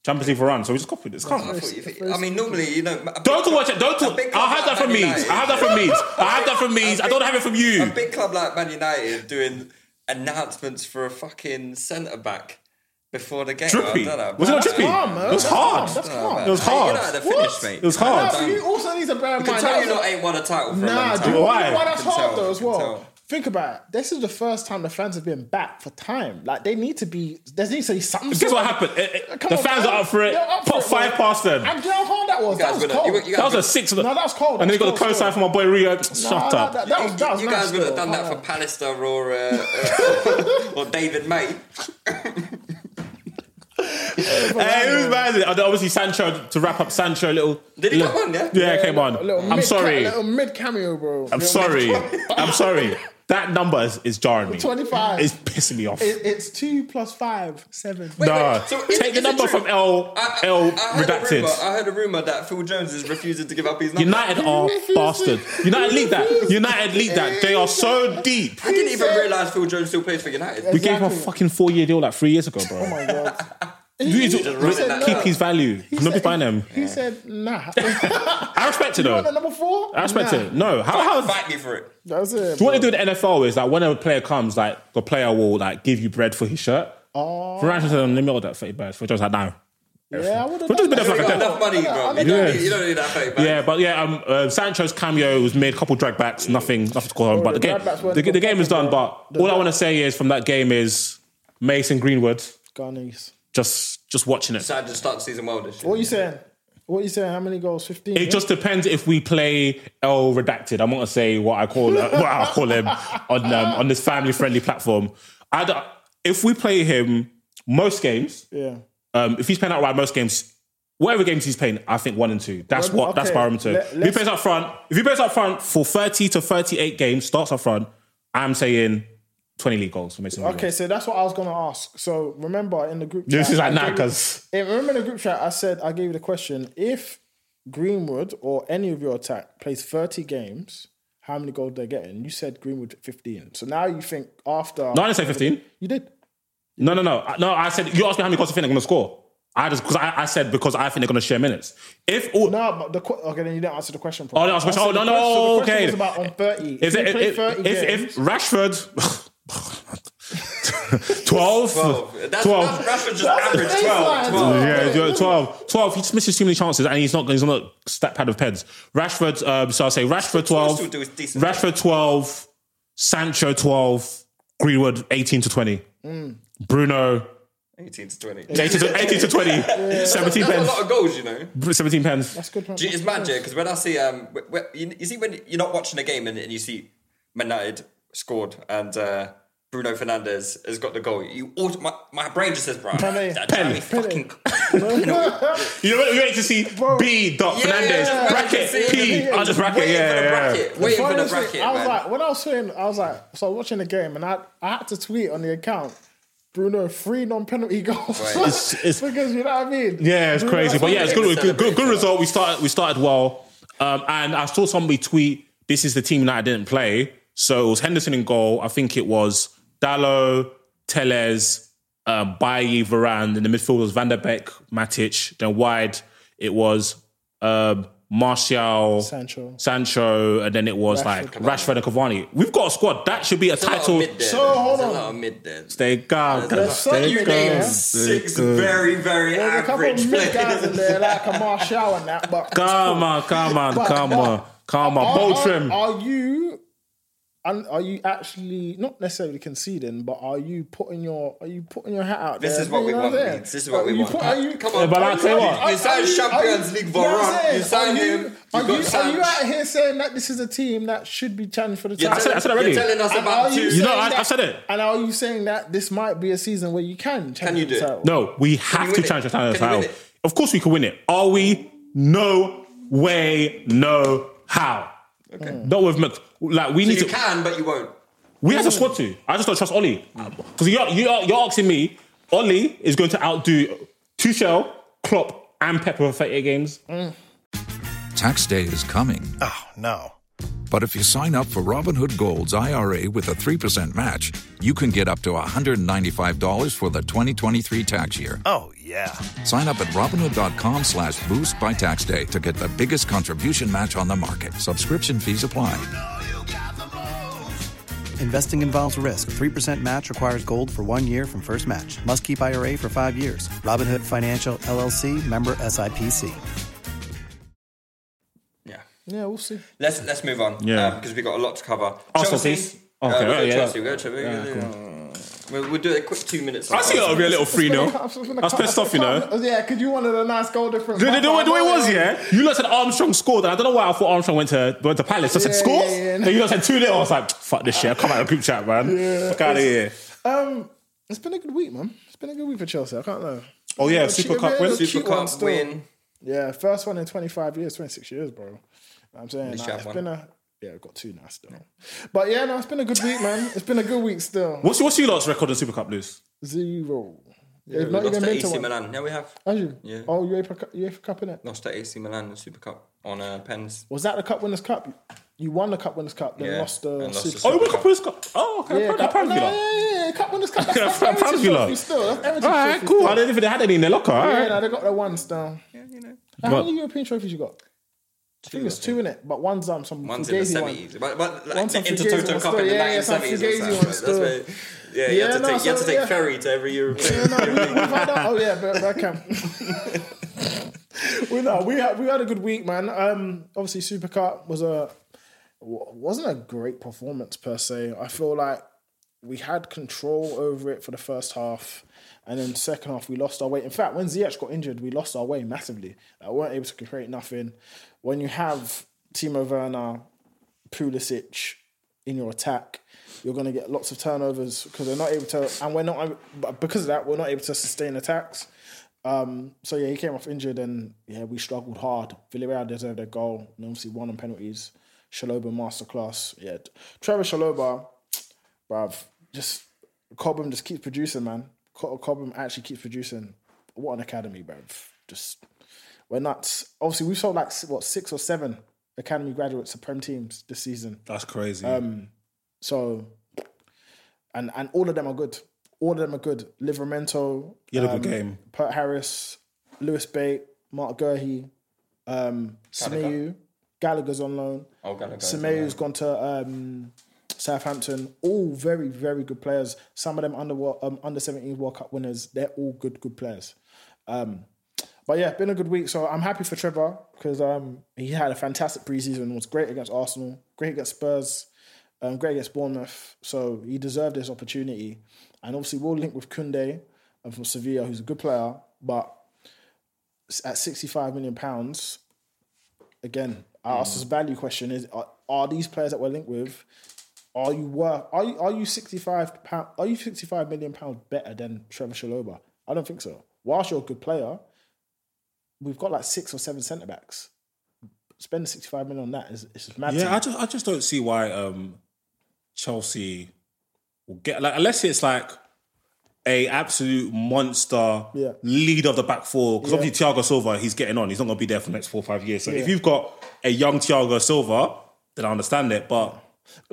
Champions League Varane. So we just copied this. Come
I,
on.
thought you- I mean, normally, you know. a big
Don't
club-
watch it. Don't.
a
Talk.
big club
I had that
like
from
Man
me. I
United-
had that from me. I had that from me.
a
I don't
big-
have it from
A
you.
big club like Man United doing announcements for a fucking centre back before the game.
Drippy.
I don't know.
Was it not
That's
drippy?
calm, man.
It was
That's
hard.
calm. That's
I don't know,
calm.
man.
It
was
Hey, You
hard.
know how to
What?
finish, mate.
It was
I
hard.
No,
don't-
but you also need to bear in
I can
mind.
tell
that
you
was-
lot ain't won a title for a
Nah,
long
do you
time.
know
Why?
why that's
Can
hard
tell,
though as
can
well?
tell.
Think about it. This is the first time the fans have been back for time. Like they need to be. There needs to be something.
Guess what
sort of-
happened? Eh, eh,
Come
the
on,
fans
man.
are up for it.
They're up for
Pop
it,
five
man.
past them.
And do you know how hard that was?
guys
That was
would've-
cold.
you would- you
That
guys
was a six.
No, that was
And
cold.
then he
That
got the
was
close
cold.
sign from my boy Rio. Shut
Nah,
up.
That, that was, that was
you
nice
guys would have done
though.
that for Pallister or, uh, or David May.
Hey, who's mad is it? Uh, Obviously, Sancho to wrap up Sancho a little.
Did he
little-
come on, yeah?
Yeah,
Yeah,
came on.
little- little
I'm
mid-
sorry.
Little mid cameo, bro.
I'm sorry. I'm sorry. That number is, is jarring me.
25.
It's pissing me off.
It, it's two plus five, seven.
nah.
wait, so is- is
Take the
it
number
true?
from L
I, I-
L
I heard a
redacted.
rumor, I heard a rumor that Phil Jones is refusing to give up his number.
United are bastard. United leaked that. United leaked that. They are so deep.
I didn't even realise Phil Jones still plays for United.
We gave him a
Exactly.
fucking four year deal like three years ago, bro.
Oh my god.
You need to
running that
keep
down.
his value. Nobody
said-
buying him.
He said, nah.
I respect it though.
Number four?
I respect
nah.
it. No, how how
Fight me for it.
That's it.
So
bro.
what they do in the NFL is like when a player comes, like the player will like give you bread for his shirt. Oh. Varane said, "Let me order that thirty birds." For Jones like, "No."
Yeah, I would have
We've just been there for
You
like
got
a decade.
enough money, bro. You
Yeah.
don't need, you don't need that fake, man.
Yeah, but yeah, um, uh, Sancho's cameo was made, couple dragbacks, nothing, nothing to call on. But the
the
game,
dragbacks weren't
the, the game is done.
important,
But
bro.
all I want to say is from that game is Mason Greenwood
Ghanies.
just just watching it.
So I just start the season well this year.
What you saying? What you saying? How many goals? 15?
It just depends if we play L redacted. I'm not gonna say what I call uh, what I call him on um, on this family friendly platform. I don't, if we play him most games,
Yeah.
um, if he's playing outright most games, whatever games he's playing, I think one and two. That's
Well,
what that's
okay.
barometer.
Let-
if he
let's-
plays up front, if he plays up front for thirty to thirty-eight games, starts up front, I'm saying twenty league goals for Mason.
Okay, so that's what I was going to ask. So remember in the group chat.
this is like
I
nah,
gave-
because
Eh, Remember in the group chat, I said, I gave you the question if Greenwood or any of your attack plays 30 games, how many goals they're getting? You said Greenwood 15. So now you think after.
no, I didn't say fifteen.
You did.
No, no, no, I- no. I said you asked me how many goals I think they're gonna score. I just because I, I said because I think they're gonna share minutes. If all,
No, but the qu- okay, then you didn't answer the question.
Oh,
Properly.
that was question-
I said
oh, no,
the
no,
question- the question
okay.
was about on thirty.
if,
If, you
if,
play
if,
thirty
if,
games,
if Rashford. 12,
Twelve.
12,
That's, that's Rashford just average 12.
baseline.
12.
Yeah, he's got 12. 12. He just misses too many chances and he's not he's not a stat pad of peds. Rashford, um, so I'll say Rashford 12.
still do is decent.
Rashford 12. Sancho 12. Greenwood 18 to 20.
Mm.
Bruno
18 to 20.
18 to, 18 to 20. 17
That's a
pens.
lot of goals, you know.
17 pens.
that's good.
Do you- It's mad, because when I see, um, wh- wh- you, you see when you're not watching a game and, and you see Man United scored and uh, Bruno Fernandez has got the goal, you auto- my, my brain just says, bro,
Penny.
that Tammy fucking.
You know, you wait to see B. Dot
Yeah,
Fernandez.
yeah, yeah.
bracket.
Yeah,
P.
yeah.
I'll just bracket.
Waiting for
Yeah,
the
yeah, yeah.
bracket. Waiting for the
Honestly,
bracket,
I was
man.
like, when I was saying, I was like, so I was watching the game, and I, I had to tweet on the account. Bruno three non-penalty goals
Right.
It's- it's-
because you know what I mean.
Yeah, it's
Bruno-
crazy. But yeah, it's
Celebrate
good. Good, good, good
that.
result. We started. We started well. Um, and I saw somebody tweet, "This is the team that I didn't play." So it was Henderson in goal. I think it was Dallo, Teles, uh, Bailly, Varane. In the midfield was Van der Beek, Matic. Then wide, it was um, Martial,
Sancho.
Sancho, and then it was like Rashford and Cavani. We've got a squad. That should be a
There's a lot
title.
of mid there.
So,
There's
hold
a
on.
lot of mid there.
Stay calm.
There's
so many
Stay
names.
calm. Stay
Six
calm.
very, very
There's a couple
average
of mid guys in
players.
there, like a Martial and that, but
Come on, come on, come on, come on.
Are-
Bold
are-
trim.
Are you? And are you actually not necessarily conceding, but are you putting your are you putting your hat out
This
there?
is what
You
we
know I'm
want,
saying?
Leeds. This is what
Are
we
you
want.
put- Are you?
Come on.
Yeah, but I'll tell you
are
what.
You signed Champions League
you know what I'm
Varane.
saying?
You signed
Are you-
him.
Are
You
you,
got
are you
Sancho.
out here saying that this is a team that should be challenged for the
You're
title?
said- I said
telling-
already.
You're telling us
And are
about two.
You know,
saying
I- I
that-
said it.
And are you saying that this might be a season where you can challenge
you do
the
it?
title?
No, we have
win
to
it?
challenge the title.
Can we win
title.
it?
Of course, we can win it. Are we? No way, no how. Hmm. Okay. Not with Mc. Like we need
You
to.
can, but you won't.
We have to squad to. I just don't trust Ollie because you're, you're you're asking me. Ollie is going to outdo Tuchel, Klopp, and Pep over 38 games.
Tax day is coming.
Oh, no.
But if you sign up for Robinhood Gold's IRA with a 3% match, you can get up to $195 for the 2023 tax year.
Oh, yeah.
Sign up at Robinhood.com slash boost by tax day to get the biggest contribution match on the market. Subscription fees apply.
Investing involves risk. 3% match requires gold for one year from first match. Must keep IRA for five years. Robinhood Financial LLC member SIPC.
Yeah.
Yeah, we'll see.
Let's let's move on.
Yeah.
Yeah, because we got a lot to cover.
Arsenal,
Chelsea.
please.
Uh,
Okay,
we'll go
right, yeah.
Chelsea. We'll go Chelsea. We'll, we'll do a quick two minutes.
I see it'll be a little 3 0.
It's been a-
I was pissed off, you know.
Yeah, because you wanted a nice goal difference.
Do you know what the way it was,
Yeah.
yeah? You lot said Armstrong scored, and I don't know why I thought Armstrong went to went to Palace. I said
Yeah,
scores,
yeah, yeah.
then you lot said two 0 I was like, fuck this shit. I come out of the group chat, man. Fuck out of here.
Um, it's been a good week, man. It's been a good week for Chelsea. I can't lie.
Oh yeah,
Cheat
Super
a
Cup
bit,
win.
look
Super
cute.
Super
one
Cup
still.
win.
Yeah, first one in 25 years, 26 years, bro. I'm saying
least
like,
you have
it's
one.
been a yeah, I've got two now still. But yeah, no, it's been a good week, man. It's been a good week still.
What's what's your lot's record in Super Cup, Lewis?
Zero.
We
Yeah, not
lost
even
to
been to
AC
one.
Milan. Yeah, we have
Has you?
Yeah.
Oh, UEFA, Cup- UEFA Cup in it.
lost to AC Milan in the Super Cup on uh, pens.
Was that the Cup Winners' Cup? You won the Cup Winners' Cup, then
Yeah,
lost the
and lost the
Super
Oh, you
Cup.
went to Super Cup. Oh, okay.
yeah,
Yeah,
Cup,
proud of
no,
you
yeah,
lot.
yeah, yeah, Cup Winners' Cup. That's,
Yeah,
that's
proud- proud of
Heritage
you lot.
Trophy still. That's Heritage
All right,
Trophy
cool.
still.
I didn't even they had any in their locker. All
Yeah,
right.
no, they got the ones down.
Yeah, you know.
How
But-
many European trophies you got? I think it's two in it, but one's um some
One's in the
Fugazi one.
seventies, but, but like
One's
the
on Fugazi,
Intertoto
one's
Cup
still-
in the
yeah, yeah,
nineteen
it's on
seventies. or
Fugazi,
something.
one's
That's
still-
where- yeah, you
Yeah,
have to
no,
take you have
so-
to take
yeah.
ferry to every
Yeah,
European.
no, we, we found out. Oh yeah, Be- Beckham. we know we had we had a good week, man. Um, obviously, Super Cup was a wa- wasn't a great performance per se. I feel like we had control over it for the first half, and then second half we lost our way. In fact, when Ziyech got injured, we lost our way massively. Like, we weren't able to create nothing. When you have Timo Werner, Pulisic in your attack, you're going to get lots of turnovers because they're not able to, and we're not but because of that, we're not able to sustain attacks. Um, so yeah, he came off injured, and yeah, we struggled hard. Villarreal deserved their goal, and obviously won on penalties. Shaloba masterclass. Yeah, Trevor Shaloba, bruv, just Cobham just keeps producing, man. Co- Cobham actually keeps producing. What an academy, bruv. Just we're nuts. Obviously, we've sold like s- what six or seven academy graduates to prem teams this season.
That's crazy.
So, and and all of them are good. All of them are good. Livermento,
you had a good game.
Pert Harris, Lewis Bate, Mark Gurhey, um, Semeyu, Gallagher's on loan.
Oh, Gallagher.
Semeyu's gone to um, Southampton. All very, very good players. Some of them under wor- um, under 17 World Cup winners. They're all good, good players. Um, but yeah, been a good week. So I'm happy for Trevor because um, he had a fantastic preseason. Was great against Arsenal. Great against Spurs. Um, great against Bournemouth. So he deserved this opportunity. And obviously, we'll link with Kunde um, from Sevilla, who's a good player. But at 65 million pounds, again, I asked
Mm.
this value question: Is are, are these players that we're linked with? Are you worth? Are you are you sixty five pound? Are you sixty five million pounds better than Trevor Shaloba? I don't think so. Whilst you're a good player, we've got like six or seven centre backs. Spend sixty five million on that is it's just mad. to me.
Yeah, I just I just don't see why um Chelsea will get like unless it's like a absolute monster
Yeah.
lead of the back four. Because obviously Thiago Silva, he's getting on. He's not gonna be there for the next four or five years. So if
Yeah.
you've got a young Thiago Silva, then I understand it. But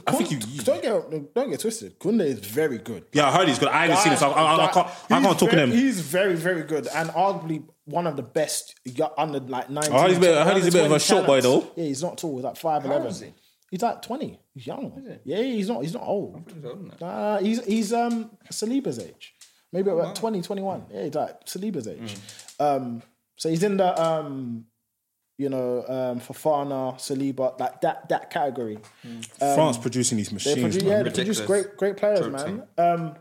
I think you.
Don't get don't get twisted. Kunde is very good.
yeah, I heard he's good. I haven't seen him, so I, I, I can't. I
He's
can't talk to
very,
him.
He's very, very good and arguably one of the best yo- under like 19.
I heard he's a bit- I heard he's a bit of a
20
short boy,
talents.
though.
Yeah, he's not tall. He's like five eleven.
is he?
He's like twenty. He's young. Yeah, he's not. He's not old.
He's old, isn't he?
Nah, he's he's um Saliba's age, maybe about twenty twenty one. 20, 21. Yeah, he's like Saliba's age.
Mm.
Um, so he's in the um, you know, um, Fafana, Saliba, like that that category.
France producing these machines.
They produce,
man.
um, yeah, they produce
Ridiculous.
great, great players,
True
man.
team.
Um,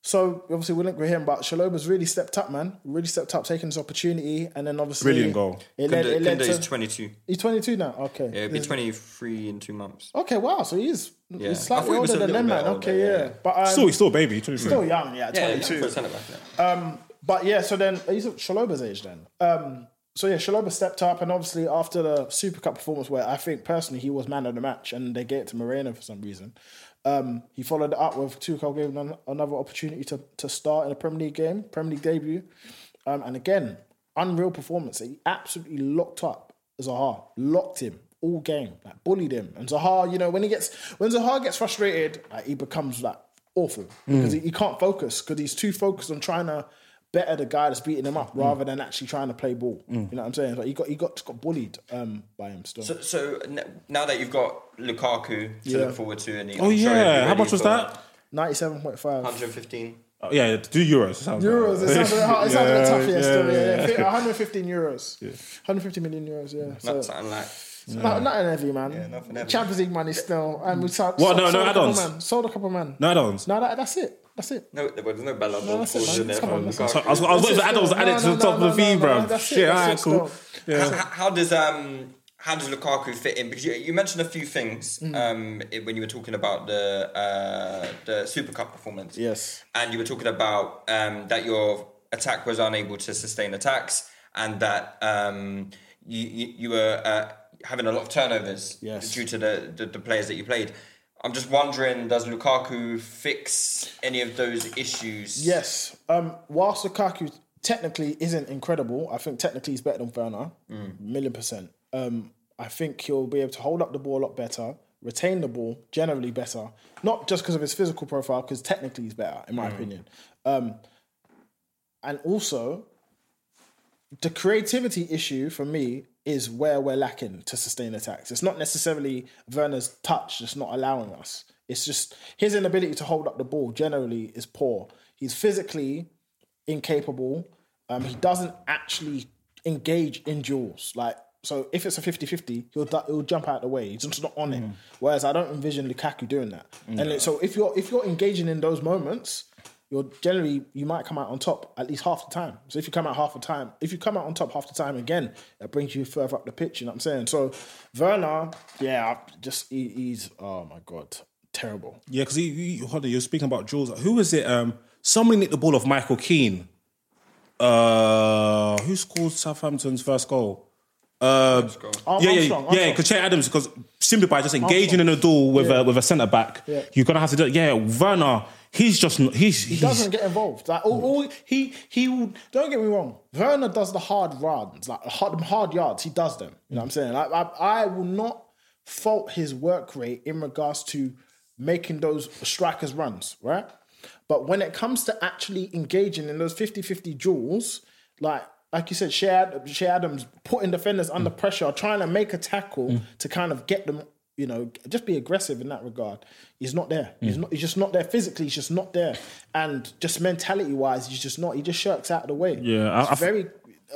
so obviously we linked with him, but Shaloba's really stepped up, man. Really stepped up, taking this opportunity, and then obviously
Brilliant goal.
It led, it
Kunde,
led
Kunde is
to-
22.
he's 22 now. Okay,
Yeah, it'll be 23 in two months.
okay, wow. So he's
Yeah.
he's
I
slightly
thought he was
older
a
than them,
little
man.
bit
Okay,
older,
yeah,
yeah.
but um,
Still, he's still a baby. 23.
still young, yeah,
Yeah,
22.
yeah, for a centre back, yeah.
But yeah, so then he's at Shaloba's age then. Um, so yeah, Shaloba stepped up, and obviously after the Super Cup performance, where I think personally he was man of the match, and they gave it to Moreno for some reason. Um, he followed it up with Tuchel gave him an- another opportunity to to start in a Premier League game, Premier League debut, um, and again, unreal performance. He absolutely locked up Zaha, locked him all game, like bullied him. And Zaha, you know, when he gets when Zaha gets frustrated, like, he becomes like awful because he, he can't focus because he's too focused on trying to better the guy that's beating him up rather than actually trying to play ball. You know what I'm saying? Like he got he got just got bullied um, by him still.
So, so n- now that you've got Lukaku to
Yeah.
look forward to, and he-
Oh
I'm sure he'll be
yeah. How
ready
much was
for
that?
97.5.
115.
Oh, yeah, do euros. It sounds
Euros, it
better.
sounds a bit hard- it sounds a bit tough, yeah,
yeah,
still, yeah,
yeah,
yeah. Fi- 115 euros, 150 million euros, yeah.
Oh.
So,
That's something like
not, not an heavy man.
nothing heavy.
Champions League money still, and we sold,
What, no,
sold,
no
sold a couple
add-ons?
man, sold a couple man.
No add-ons.
No, that, that's it. That's it.
no, there- well, there's no Bella
No, that's it, man.
in there.
Come
for
on, that's it.
Lukaku.
I was, I was waiting for
That's it
add-ons to
still.
add it to
No,
the
no,
top
no,
of the
no,
V,
no,
bro.
no, that's it,
Shit,
that's
alright,
it
cool.
still.
How, how does um how does Lukaku fit in? Because you, you mentioned a few things
Mm.
um i- when you were talking about the uh, the Super Cup performance.
Yes.
and you were talking about um, that your attack was unable to sustain attacks, and that um you you, you were uh, having a lot of turnovers
Yes.
due to the, the the players that you played. I'm just wondering, does Lukaku fix any of those issues?
Yes. Um, whilst Lukaku technically isn't incredible, I think technically he's better than Werner, million percent. Um, I think he'll be able to hold up the ball a lot better, retain the ball generally better, not just because of his physical profile, because technically he's better, in my opinion. Um, and also, the creativity issue for me is where we're lacking to sustain attacks. It's not necessarily Werner's touch just not allowing us. It's just his inability to hold up the ball generally is poor. He's physically incapable. Um, he doesn't actually engage in duels. Like, so if it's a 50 50, he'll, du- he'll jump out the way. He's just not on it. Whereas I don't envision Lukaku doing that. And like, so if you're if you're engaging in those moments, you're generally you might come out on top at least half the time. So if you come out half the time, if you come out on top half the time again, that brings you further up the pitch. You know what I'm saying? So Werner, yeah, just he, he's oh my god, terrible.
Yeah, because you, hold on, you're speaking about Jules. Who was it? Um, someone nicked the ball off Michael Keane. Uh, who scored Southampton's first goal? Uh,
Ar-
yeah, yeah,
Armstrong,
yeah,
Armstrong.
because Che Adams, because simply by just engaging in a duel with a with a centre back,
Yeah.
you're gonna have to do. Yeah, Werner, he's just not, he's
He doesn't get involved. Like all, all- he he will. Don't get me wrong. Werner does the hard runs, like the hard, hard yards. He does them. You know what I'm saying? Like I, I will not fault his work rate in regards to making those strikers runs, right? But when it comes to actually engaging in those 50-50 duels, like like you said, Shea, Ad- Shea Adams putting defenders
Mm.
under pressure, trying to make a tackle to kind of get them, you know, just be aggressive in that regard. He's not there.
Mm.
He's not. He's just not there physically. He's just not there, and just mentality wise, he's just not. He just shirks out of the way.
Yeah, I-
It's
I-
very.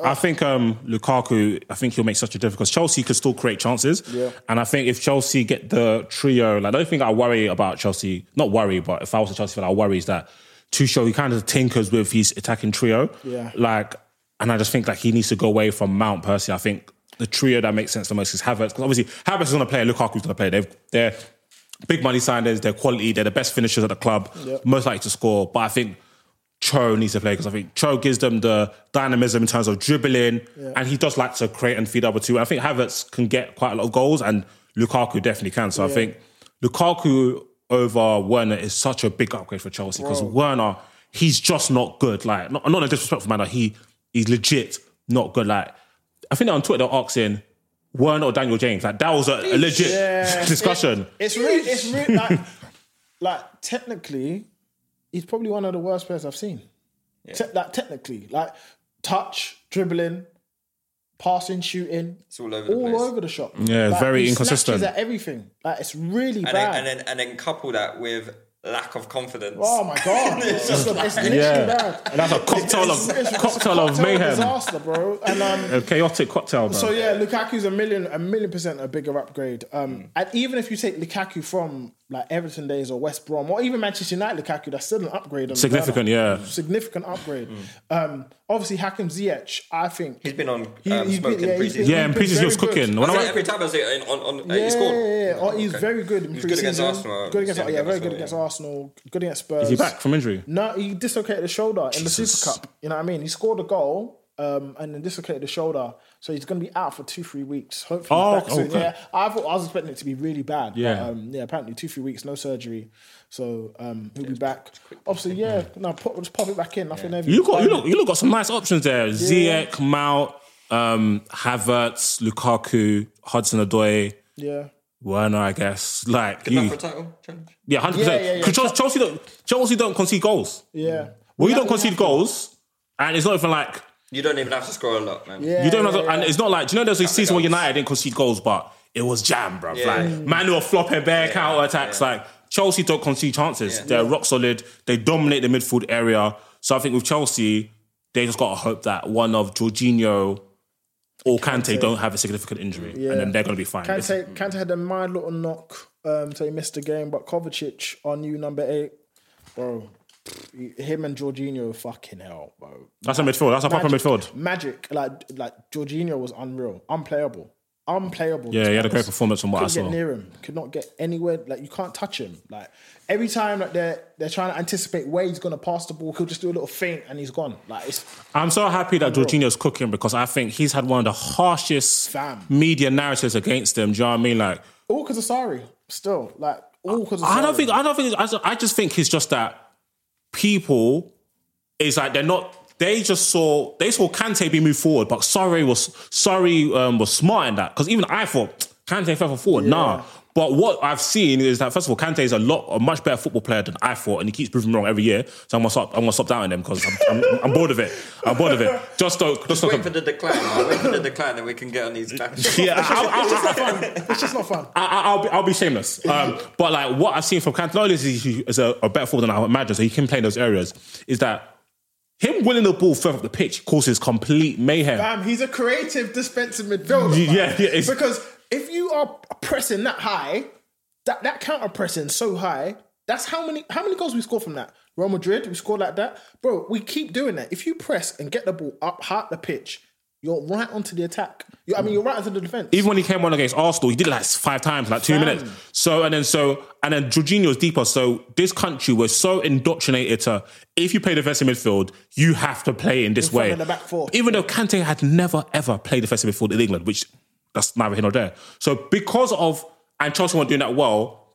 I think um, Lukaku. I think he'll make such a difference. Chelsea could still create chances,
Yeah.
and I think if Chelsea get the trio, like the only thing I worry about Chelsea, not worry, but if I was a Chelsea fan, I worry is that Tuchel he kind of tinkers with his attacking trio,
Yeah.
Like, and I just think like he needs to go away from Mount Percy. I think the trio that makes sense the most is Havertz because obviously Havertz is going to play, Lukaku's going to play. They've they're big money signings, they're quality, they're the best finishers at the club, most likely to score. But I think Cho needs to play because I think Cho gives them the dynamism in terms of dribbling, and he does like to create and feed up two. I think Havertz can get quite a lot of goals, and Lukaku definitely can. So I think Lukaku over Werner is such a big upgrade for Chelsea because Werner he's just not good. Like not, not in a disrespectful manner, he he's legit not good. Like I think on Twitter they're asking Werner or Daniel James? Like that was a, a legit
Yeah.
discussion.
It's really, it's really like, like technically, he's probably one of the worst players I've seen. Te- like technically, like touch, dribbling, passing, shooting,
It's all over the
all
place.
over the shop.
Yeah,
Like,
very
he
inconsistent.
snatches At everything, like it's really
and
bad.
then, and then and then couple that with lack of confidence.
oh my god, it's, just, it's literally
Yeah.
bad.
And that's a cocktail
It's- it's-
of
it's a
cocktail of mayhem,
disaster, bro. And um,
a chaotic cocktail. Bro.
So yeah, Lukaku's a million, a million percent a bigger upgrade.
Mm.
Um, and even if you take Lukaku from like Everton days or West Brom or even Manchester United Lukaku, that's still an upgrade. On
Significant,
Werner.
yeah. Mm.
Significant upgrade. Um, obviously Hakim Ziyech, I think
He's been on um,
He- he's been-
smoking
yeah, he's been-
preseason.
yeah, and
been
pieces he was
very good.
cooking. When I
I
went-
think every time I see it on, on uh,
Yeah,
he scored.
yeah, yeah. Oh, he's
Okay.
very good. In
He was good against
pre-season.
Arsenal.
Good against,
Yeah,
yeah, very good
Arsenal,
against
yeah.
Arsenal. Good against Spurs.
is he back from injury?
No, he dislocated the shoulder in the Super Cup. You know what I mean? He scored a goal um, and then dislocated the shoulder. So he's going to be out for two, three weeks. Hopefully,
Oh,
he's back soon.
okay.
Yeah, I, thought, I was expecting it to be really bad.
Yeah.
But, um, yeah, apparently, two, three weeks, no surgery. So um, he'll be back. Obviously, yeah, no, pop, just pop it back in. Nothing heavy.
You got you
Um,
look you look got some nice options there. Ziyech, Mount, um, Havertz, Lukaku, Hudson Odoi,
Yeah.
Werner, I guess. Like
Good enough
you-
for a title challenge.
yeah, hundred
Yeah, yeah,
percent.
yeah.
Because Chelsea don't Chelsea don't concede goals.
Yeah.
Well, you
have-
don't concede
have-
goals, and it's not even like
You don't even have to score a lot, man.
Yeah,
you don't.
yeah,
have to,
yeah.
And it's not like do you know there's a season where
goals.
United didn't concede goals, but it was jam, bro.
Yeah.
Like man, they were flopping bare counter attacks. Like Chelsea don't concede chances. They're rock solid. They dominate the midfield area. So I think with Chelsea, they just got to hope that one of Jorginho or Kante don't have a significant injury, and then they're going to be fine. It's-
Kante, Kante had a mild little knock, um, so he missed the game. But Kovacic, our new number eight, bro, him and Jorginho, fucking hell, bro.
That's a midfield. That's a proper midfield.
Magic, like like Jorginho was unreal, unplayable, unplayable.
Yeah, he had a great
Couldn't
performance from what I
get
saw.
near him, could not get anywhere. Like you can't touch him. Like every time, like they're they're trying to anticipate where he's gonna pass the ball, he'll just do a little feint and he's gone. Like it's
I'm so happy that Jorginho's cooking because I think he's had one of the harshest
Fam.
media narratives against him. Do you know what I mean? Like
all because of sorry. Still, like all because of
I don't
Sarri.
think I don't think I just, I just think it's just that people is like they're not they just saw they saw Kante be moved forward, but sorry was sorry um, was smart in that because even I thought Kante fell forward. Nah. But what I've seen is that first of all, Kante is a lot a much better football player than I thought, and he keeps proving me wrong every year. So I'm gonna stop. I'm gonna stop doubting him because I'm, I'm, I'm bored of it. I'm bored of it. Just do just
Wait
don't.
for the decline. man. Wait for the decline, and we can get on these claps.
yeah, I- I- I-
it's just not fun.
I, I- I'll be I'll be shameless. Um, but like what I've seen from Kante, not only is he is a, a better forward than I imagine, so he can play in those areas. Is that him winning the ball further up the pitch causes complete mayhem.
Bam, he's a creative defensive midfielder.
Yeah,
man.
yeah, it's-
because if you are pressing that high, that, that counter pressing so high, that's how many how many goals we score from that. Real Madrid, we scored like that. Bro, we keep doing that. If you press and get the ball up high up the pitch, you're right onto the attack. You, I mean, you're right onto the defense.
Even when he came on against Arsenal, he did it like five times, like two
Fam.
minutes. So and then so and then Jorginho's deeper. So this country was so indoctrinated to if you play defensive midfield, you have to play in this
front
way.
of the back four.
Even though Kante had never ever played defensive midfield in England, which that's neither here nor there. So because of and Chelsea weren't doing that well,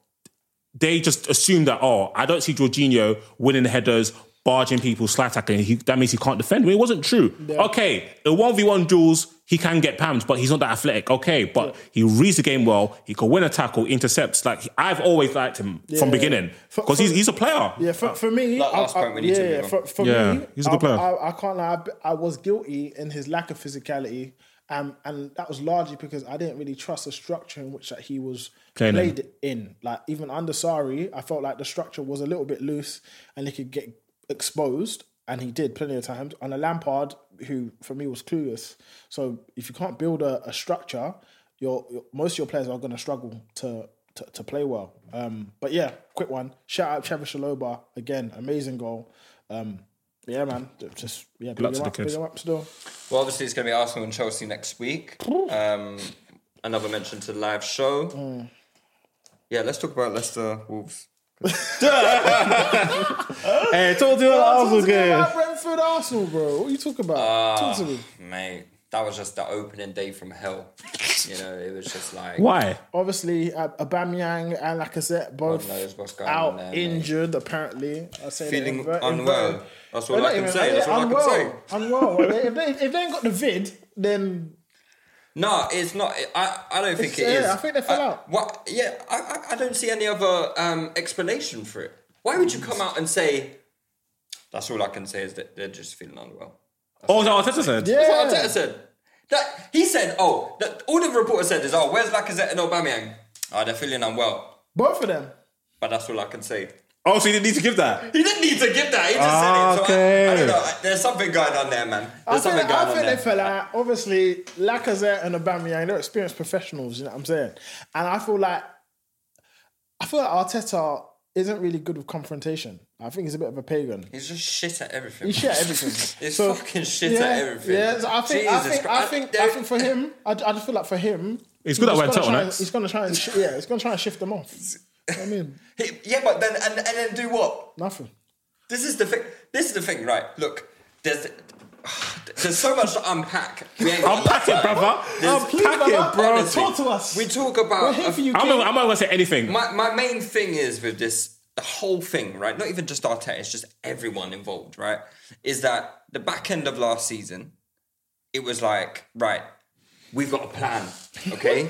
they just assume that, oh, I don't see Jorginho winning the headers, barging people, slide tackling. He, that means he can't defend. Well, it wasn't true. Okay, in 1v1 duels, he can get pammed, but he's not that athletic. Okay, but he reads the game well. He can win a tackle, intercepts. Like, I've always liked him from
Yeah.
beginning
For-
because he's,
for-
he's a player.
Yeah, for, for me,
Like
I-
last
I-
point we need
yeah,
to
yeah,
move on.
for, for
Yeah,
me,
he's a good
I-
player.
I, I can't lie, I b- I, was guilty in his lack of physicality, um, and that was largely because I didn't really trust the structure in which that he was
Playing in.
played in. Like even under Sari, I felt like the structure was a little bit loose, and he could get exposed, and he did plenty of times. And a Lampard, who for me was clueless. So if you can't build a, a structure, your, your most of your players are going to struggle to to, to play well. Um, but yeah, quick one. Shout out Trevor Shaloba again, amazing goal. Um, yeah, man, just yeah, big
luck
him
to the
up, big
kids.
him up still.
Well, obviously, it's going to be Arsenal and Chelsea next week. Um, another mention to the live show.
Mm.
Yeah, let's talk about Leicester Wolves.
Hey, talk to you
Talk to me about Brentford Arsenal, bro. What are you talking about? Talk to me.
Mate, that was just the opening day from hell. You know, it was just like.
Why?
Obviously, uh, Aubameyang and Lacazette both
knows what's going
out
on there, mate.
injured. Apparently, I say they're
Feeling
invert-
unwell.
inverted.
That's
They're
all
not
I can
even-
say.
they're
That's all I can
unwell.
say.
Unwell. if, they, if they ain't got the vid, then
No, it's not. I, I don't think
It's-
it is.
yeah, I think they fell
Uh,
out.
What? Yeah, I, I- I don't see any other um, explanation for it. Why would you come out and say? That's all I can say is that they're just feeling unwell.
Oh, no, Arteta said.
Yeah.
That's what Arteta said. That he said. Oh, that, all the reporter said is, "Oh, where's Lacazette and Aubameyang? Oh, they're feeling unwell."
Both of them.
But that's all I can say.
Oh, so you didn't need to give that.
He didn't need to give that. He just said it. So I, I don't know. There's something going on there, man.
I
There's
think,
something going
I
on
think
there.
they fell out. Obviously, Lacazette and Aubameyang, they're experienced professionals. You know what I'm saying? And I feel like I feel like Arteta isn't really good with confrontation. I think he's a bit of a pagan.
He's just shit at everything.
He shit at
man.
everything.
He's
So,
fucking shit
yeah,
at everything.
Yeah, so I think I
Jesus
think I
Christ.
think, I
There-
think for him, I, I just feel like for him,
He's good at wearing
gonna try
turtlenecks.
and- He's gonna try and sh- yeah, he's gonna try and shift them off. You know what I mean,
He- yeah, but then and, and then do what?
nothing.
This is the thing. This is the thing, right? Look, there's there's so much to unpack. We ain't got
Unpack it,
enough time.
brother.
There's-
Unpack it, bro.
Honestly,
Talk to us.
We talk about.
We're here for you.
I'm
King.
not, I'm not going to say anything.
My my main thing is with this the whole thing, right? Not even just Arteta, it's just everyone involved, right? Is that the back end of last season? It was like, right, we've got a plan, okay?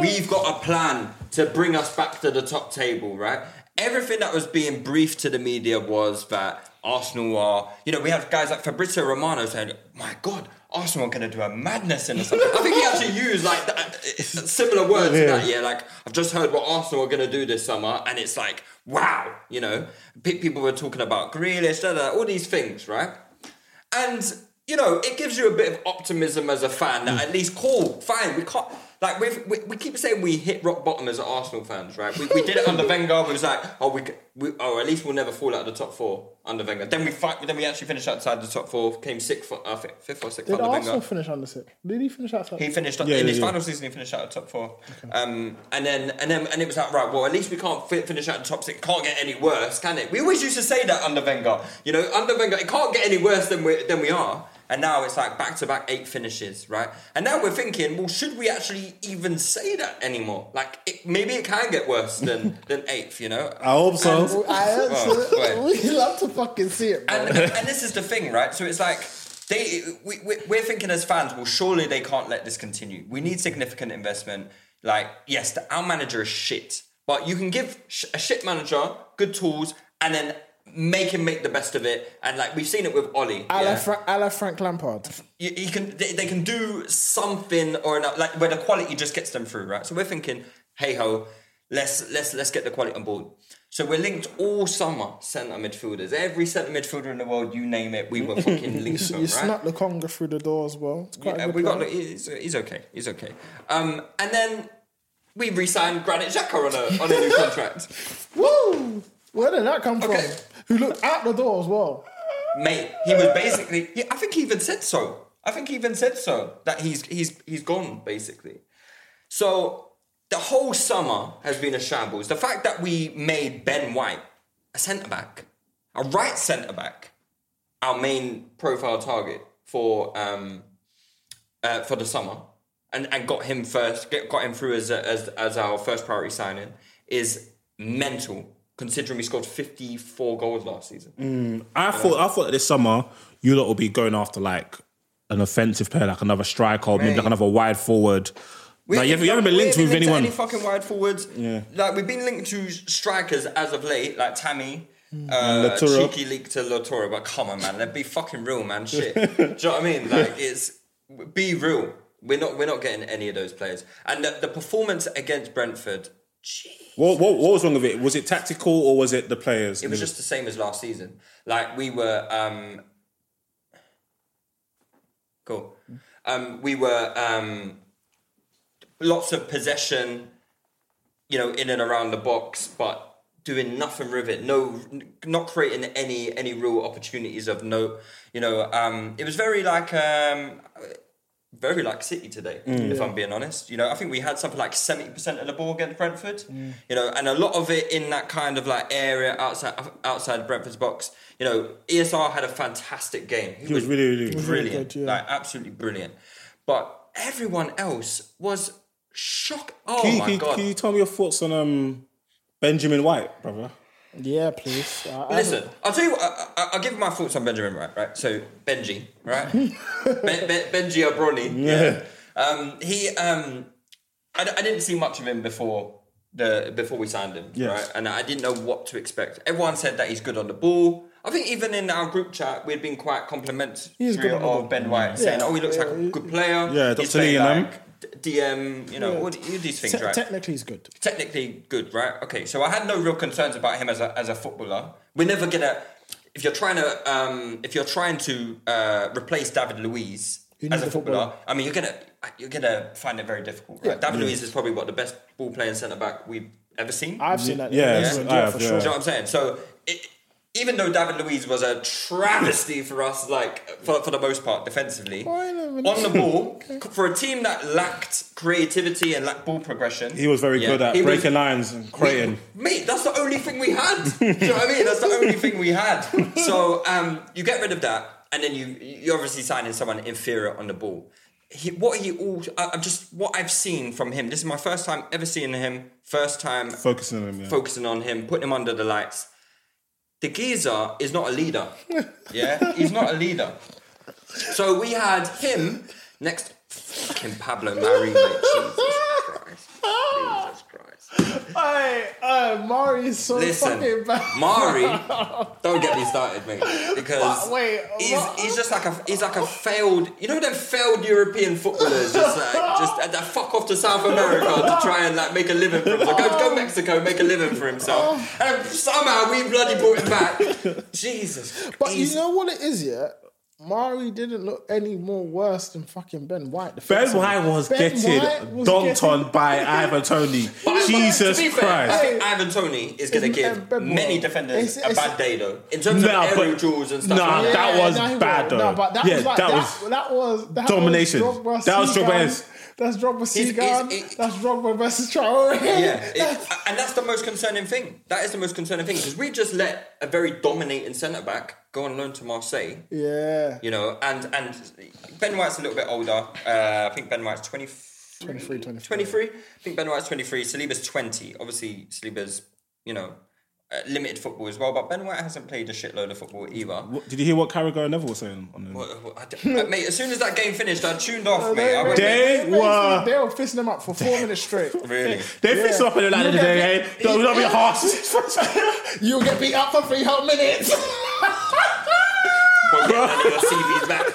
we've got a plan to bring us back to the top table, right? Everything that was being briefed to the media was that Arsenal are, you know, we have guys like Fabrizio Romano saying, my God, Arsenal are going to do a madness in the summer. I think he actually used like that, similar words to that, yeah. Like, I've just heard what Arsenal are going to do this summer, and it's like, wow, you know, pe- people were talking about Grealish, da, da, all these things, right? And you know, it gives you a bit of optimism as a fan that at least cool, fine. We can't like we've, we we keep saying we hit rock bottom as Arsenal fans, right? We, we did it under Wenger. We was like, oh, we, c- we oh at least we'll never fall out of the top four under Wenger. Then we fight. Then we actually finished outside the top four. Came sixth, for, uh, fi- fifth or sixth
Did
under
Arsenal
Wenger.
finish under six? Did he finish outside?
He finished up,
Yeah,
in
yeah,
his
yeah.
final season. He finished out of top four, um, and then and then and it was like right. Well, at least we can't fi- finish out of top six. Can't get any worse, can it? We always used to say that under Wenger. You know, under Wenger, it can't get any worse than we than we are. And now it's like back to back eight finishes, right? And now we're thinking, well, should we actually even say that anymore? Like, it, maybe it can get worse than than eighth. You know,
I hope so.
Well, I
Oh, wait.
we love to fucking see it. Bro.
and, and this is the thing, right? So it's like they we, we, we're thinking as fans, well, surely they can't let this continue. We need significant investment. Like, yes, the, our manager is shit, but you can give sh- a shit manager good tools and then make him make the best of it. And like we've seen it with Ollie,
A la
yeah?
Fra- a la Frank Lampard.
you, you can they, they can do something or another, like where the quality just gets them through, right? So we're thinking, hey ho, let's let's let's get the quality on board. So we're linked all summer centre midfielders. Every centre midfielder in the world, you name it, we were fucking linked to
You
them, right?
snuck the conga through the door as well. It's quite
Yeah,
a good
we got
plan.
he's, he's okay. He's okay. Um, and then we re-signed Granit Xhaka on a on a new contract.
Woo! Where did that come
Okay.
from? Who looked out the door as well?
mate. He was basically. He, I think he even said so. I think he even said so that he's he's he's gone basically. So the whole summer has been a shambles. The fact that we made Ben White a centre back, a right centre back, our main profile target for um, uh, for the summer, and, and got him first, get, got him through as, a- as as our first priority signing is mental. Considering we scored fifty four goals last season.
I thought I thought this summer you lot will be going after like an offensive player, like another striker, or maybe like
Mate.
another wide forward. Like, you, haven't, you haven't been
we
linked
ain't
with
been
anyone.
To any fucking wide forwards. Yeah. Like we've been linked to strikers as of late, like Tammy. Uh,
Lautaro.
cheeky leak to Lotoro, but come on, man, let be fucking real, man. Shit, do you know what I mean? Like, it's be real. We're not, we're not getting any of those players. And the, the performance against Brentford, gee,
What, what, what was wrong with it? Was it tactical or was it the players?
it was just the same as last season. Like we were, um, cool. Um, we were um, lots of possession, you know, in and around the box, but doing nothing with it. No, not creating any any real opportunities of note. You know, um, it was very like um, very like City today,
Mm.
if I'm being honest. You know, I think we had something like 70% of the ball against Brentford,
Mm.
you know, and a lot of it in that kind of like area outside outside Brentford's box. You know, ESR had a fantastic game. He,
was really, really good.
brilliant.
good, yeah.
Like, absolutely brilliant. But everyone else was shocked. Oh,
Can you,
my
can you-
God.
can you tell me your thoughts on um, Benjamin White, brother?
Yeah, please. I- I
Listen, I'll tell you what, I, I, I'll give my thoughts on Benjamin, right? Right, so Benji, right? ben, ben, Benji Abroni. Yeah. Um, he, um, I, I didn't see much of him before the before we signed him,
Yes.
right? And I didn't know what to expect. Everyone said that he's good on the ball. I think even in our group chat, we'd been quite complimentary
He's good on the ball.
of Ben White, saying, "Oh, he looks like a good player."
Yeah,
he's
Dr.
played
Lee and
like D- DM, you know, all, the- all these things,
Te-
right?
Technically, he's good.
technically good, right? Okay, so I had no real concerns about him as a as a footballer. We're never gonna if you're trying to um, if you're trying to uh, replace David Luiz
You need
as a
a
footballer,
footballer.
I mean you're gonna you're gonna find it very difficult. Right? David Luiz is probably what the best ball playing centre back we've ever seen.
I've seen that.
Yeah,
Yeah,
I have,
for
yeah.
sure.
Do you know what I'm saying? So it, even though David Luiz was a travesty for us, like for, for the most part defensively,
Why not?
on the ball for a team that lacked creativity and lacked ball progression,
He was very
yeah,
good at
he was-
breaking lines and creating.
Mate, that's the only thing we had. Do you know what I mean? That's the only thing we had. So um, you get rid of that, and then you you're obviously signing someone inferior on the ball. He, what he all I- I'm just what I've seen from him. This is my first time ever seeing him. First time
Focusing on him, yeah.
focusing on him, putting him under the lights. The geezer is not a leader. Yeah, he's not a leader. So we had him next. Fucking Pablo Marie, mate. Jesus Christ. Jesus Christ.
Hey, uh, Mari is so fucking
Listen,
bad.
Mari, don't get me started, mate. Because
Wha- wait,
he's,
what?
he's just like a he's like a failed, you know, them failed European footballers, just like just uh, that fuck off to South America to try and like make a living for himself. Go,
Oh.
go Mexico, make a living for himself, and somehow we bloody brought him back. Jesus,
But
he's-
you know what it is, yeah. Mari didn't look any more worse than fucking Ben White.
Ben White was
Ben
getting
White was
dunked
getting-
on by Ivan Tony. Jesus
to be fair, I
Christ.
think Ivan Tony is going to
Isn't
give
Mbeumo-
many defenders
It's- it's-
a bad day though. In terms
Nah,
of
but-
aerial duels and stuff.
nah,
like that.
that was bad, though.
No, but that
Yeah,
was like,
that
that,
was
was that was that
domination.
Was Drogba,
That was
Seagan,
Drogba's.
That's Drogba
He's-
Seagan.
he's- he-
That's Drogba versus Traore.
Yeah, it- and that's the most concerning thing. That is the most concerning thing because we just let a very dominating centre back go on loan to Marseille.
yeah.
You know, and and Ben White's a little bit older. Uh, I think Ben White's 23,
23, 24.
23. I think Ben White's 23. Saliba's 20. Obviously, Saliba's, you know, uh, limited football as well, but Ben White hasn't played a shitload of football either.
What- Did you hear what Carragher and Neville were saying on the
Well, well, I d- uh, mate, as soon as that game finished, I tuned off, mate. I
They-
went,
They
they-
were-
they were fisting him up for four minutes straight.
really?
They fix up in the line
You
of the
get
day,
it.
eh? Don't don't be harsh.
You'll get beat up for three whole minutes.
Well, yeah, none of your CV's back.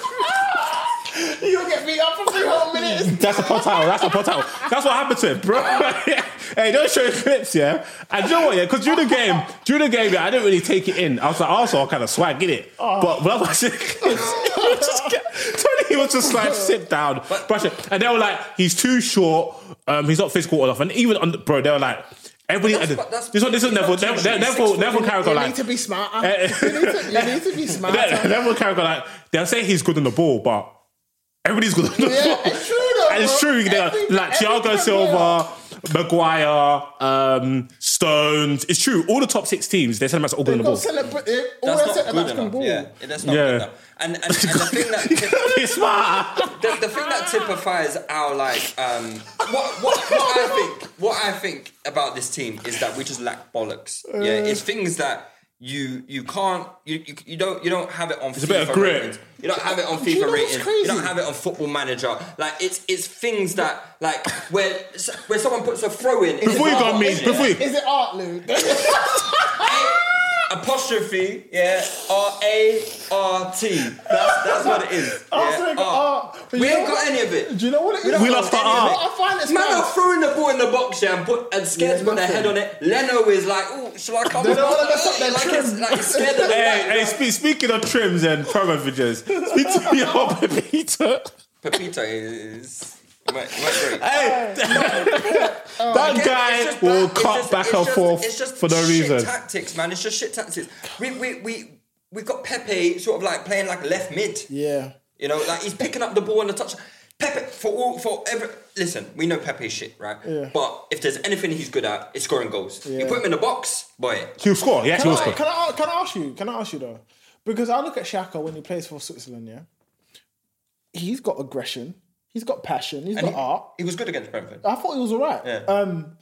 You'll get beat up for three whole minutes.
That's a pot out. That's a pot out. That's what happened to him, bro. hey, don't show your clips, yeah. And you know what, yeah? Because during the game, during the game, yeah, I didn't really take it in. I was like, also, I kind of swag in it. But when I watched the clips, I was just get- Tony was just like, sit down, brush it. And they were like, he's too short. Um, he's not physical enough. And even on, the- bro, they were like. Everybody,
That's what- that's-
this one, this is
he's
Neville.
not too
Neville,
short,
Neville,
he's
Neville,
six
Neville
You-
Carragher,
you
like,
need to be smarter.
Eh, eh.
you, need to, you need to be
that,
smarter.
Neville Carragher, like, they'll say he's good on the ball, but everybody's good on the
Yeah,
ball.
it's true though.
And it's
bro.
true. they're-
Every-
like
every
Thiago
player-
Silva, Maguire, um, Stones. It's true. All the top six teams, their centre backs are all good on
They've
the
got
ball.
celebrate. they- All
That's
their
not
centre
good
backs
enough.
can ball.
Yeah, that's not
Yeah.
good enough. And and, and the thing that
It's smart.
the, the thing that typifies our like um, what, what what I think what I think about this team is that we just lack bollocks. Yeah,
Uh.
it's things that you you can't you you, you don't you don't have it on. It's
a bit of grit.
You don't have it on
you
FIFA
know what's
ratings. You
crazy?
don't have it on Football Manager. Like it's it's things that like where where someone puts a throw in. it's
Before you
not
got me,
watching it.
before you.
Is it art, Lou?
apostrophe, yeah, R A R T. That's that's what it is. Yeah,
Arsenal got
art.
art. But
We
you know
ain't
what-
got any of it.
Do you know what it
We
is?
don't
We lost
got
the
any of
art.
it.
I find it's
Man
mad.
are throwing the ball in the box yeah, and put and scared
Yeah,
to put their
nothing.
head on it. Leno is like, oh, shall I come?
They don't
on?"
wanna mess up their
like, it's,
trim.
like he's scared of the
hey,
light.
hey, spe- speaking of trims and promo videos, speak to me about Pepita.
Pepito is. Wait, wait, wait.
Hey,
Uh, Oh,
that
It's
guy
just
will
bad. It's
cut
just-
back
it's
and
just-
forth
It's just
for no
shit
reason.
Tactics, man. It's just shit tactics. We we we we got Pepe sort of like playing like left mid.
Yeah.
You know, like he's picking up the ball on the touch. Pepe for all for every listen, we know Pepe's shit, right?
Yeah.
But if there's anything he's good at, it's scoring goals. You
Yeah.
put him in the box, boy.
He'll score. Yeah,
Can
he'll
I,
score.
can, I, can I ask you? Can I ask you though? Because I look at Shaka when he plays for Switzerland. Yeah, he's got aggression. He's got passion. He's
And
got art.
he, he was good against Brentford.
I thought he was all right.
Yeah.
Um,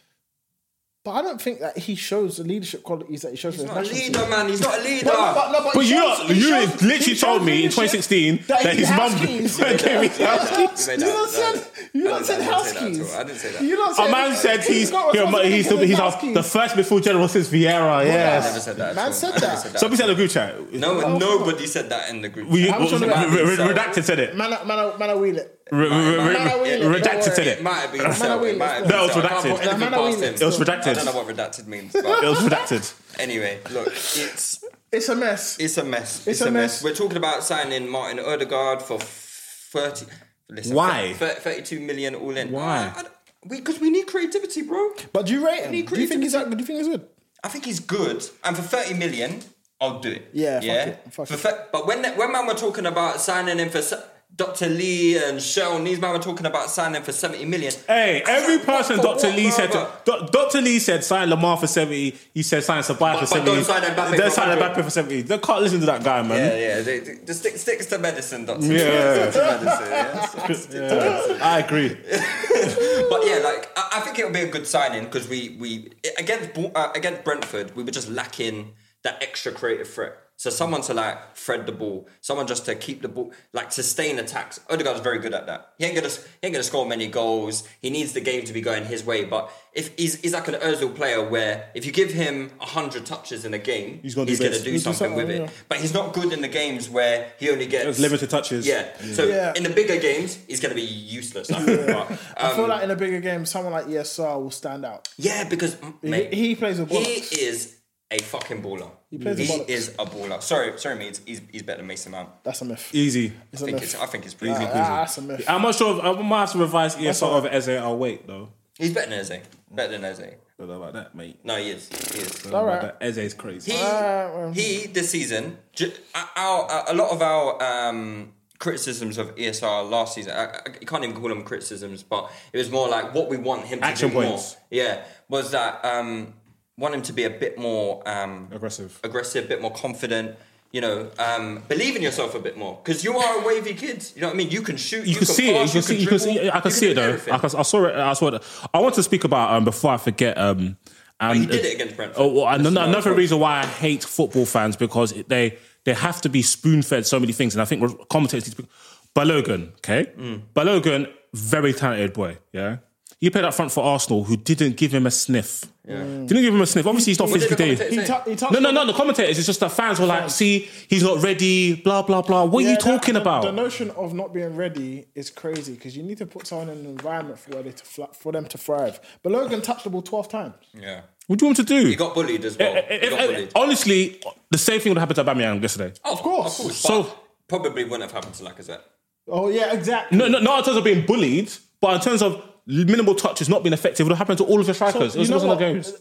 but I don't think that he shows the leadership qualities that he shows.
He's
in his
not a
national team.
leader, man. He's not a leader.
No, no, but, no, but,
But
he
you,
shows-
lot-
he
you
shows-
literally
he
told
shows
me in
leadership
2016 that,
he
his
has
mum
keys.
gave me house keys.
He made
You know
that-
what I'm
that-
saying? You
I
not said
didn't
house
say that at
keys.
all. I didn't say that.
You not
A
said
man said he's
got
yeah, but he's,
responsibility for
he's
his
off- the first before general since Vieira.
I
Yes.
never said that. at
Man
all.
said
I never
that.
Somebody said in the group chat.
No, nobody said that in the group.
We,
chat.
much
we-
on the back?
re- re- redacted said it.
Man, man, man, man, I wheel it.
Re- re- re-
Man, I wheel it. don't
redacted said
worry.
It
it.
might have been.
Man, I
so.
will.
It might have
That
been
was
so. I
redacted.
can't put
Man,
anything
I will.
past him.
It
was
I
redacted.
don't know what redacted means.
It
But
was redacted.
anyway, look, it's
It's a mess.
it's a mess. It's,
It's
a,
a
mess.
mess.
We're talking about signing Martin Odegaard for thirty. Listen,
Why?
thir- Thirty-two million all in.
Why?
I- I don't- we because we need creativity, bro.
But do you rate him?
Need
Do you think he's
creativity.
like, do you think he's good?
I think he's good, and for thirty million, I'll do it.
Yeah, fuck
yeah.
it, fuck
For
it.
thir- but when when man were talking about signing him for se- Dr. Lee and Shell, and these man were talking about signing for seventy million.
Eh.
Hey, every person
What for
Dr.
what,
Lee said,
brother?
Doc- Dr. Lee said sign Lamar for 70. He said sign Sabaya for
but
70.
don't sign Mbappe
Then
for
sign
100.
Mbappe for 70. They can't listen to that guy,
Yeah,
man.
yeah. They, they, just stick, sticks to medicine, Doctor.
Yeah.
Sticks to medicine, yeah. So-
I agree.
But yeah, like I, I think it'll be a good signing because we we against Bo- uh, against Brentford we were just lacking that extra creative threat. So someone to like thread the ball, someone just to keep the ball, like sustain attacks. Odegaard's very good at that. He ain't gonna he ain't gonna score many goals. He needs the game to be going his way. But if he's, he's like an Özil player, where if you give him hundred touches in a game, he's
gonna
gonna
do
do,
bits.
He'll do
something
something,
with it.
yeah.
But he's not good in the games where he only gets
There's limited touches.
Yeah. So
Yeah.
in the bigger games, he's gonna be useless. I think. But,
I
Um,
feel like in a bigger game, someone like ESR will stand out.
yeah, because mm, mate,
he plays with
He
bollocks.
is a fucking baller. He
plays with bollocks.
is a baller. Sorry, sorry, mate. He's, he's better than Mason Mount.
That's a myth.
Easy.
It's
I
a
think
myth.
it's, I think it's pretty good.
Ah, that's a myth.
I'm not sure. If, I might have to revise ESR over Eze. I'll wait, though.
He's better than Eze. Better than Eze.
Don't know about that, mate.
No, he is. He is.
All right.
That Eze is crazy.
He,
hmm.
he this season, ju- our, a lot of our um, criticisms of ESR last season, I, I I can't even call them criticisms, but it was more like what we want him to
Action
do
points.
more. Yeah, was that um, want him to be a bit more um,
Aggressive.
aggressive, a bit more confident. You know, um, believe in yourself a bit more because you are a wavy kid. You know what I mean? You can shoot.
you, can, see
pass,
it. You can see. You can see.
dribble,
I can
you
see it
do
though.
everything.
I, can, I saw it. I saw it. I want to speak about um before I forget um. And,
he did it against Brentford.
Oh, well, and
That's
ano-
another
another
point.
reason why I hate football fans because it- they they have to be spoon fed so many things, and I think we're- commentators. Need to be, Balogun, okay,
Mm.
Balogun, very talented boy. Yeah, he played up front for Arsenal, who didn't give him a sniff. Didn't give him a sniff. Obviously, he's not
What did the
physically
commentators
day.
He tou- he touched
No, no,
on-
no. The commentators. It's just the fans were like, "See, he's not ready." Blah blah blah. What are you
Yeah, that-
talking
the-
about?
The notion of not being ready is crazy because you need to put someone in an environment for, where they to fl- for them to thrive. But Logan touched the ball 12 times.
Yeah,
what do you want him to do? Eh,
he got bullied as well.
If-
he
if-
got bullied. Oh,
honestly, the same thing would happen to Aubameyang yesterday.
of course, of course.
So-
So probably wouldn't have happened to Lacazette.
Oh, yeah, exactly.
No, no, not in terms of being bullied, but in terms of minimal touches not being effective, it would have happened to all of the strikers.
So,
it was
you know
one of
what?
the games.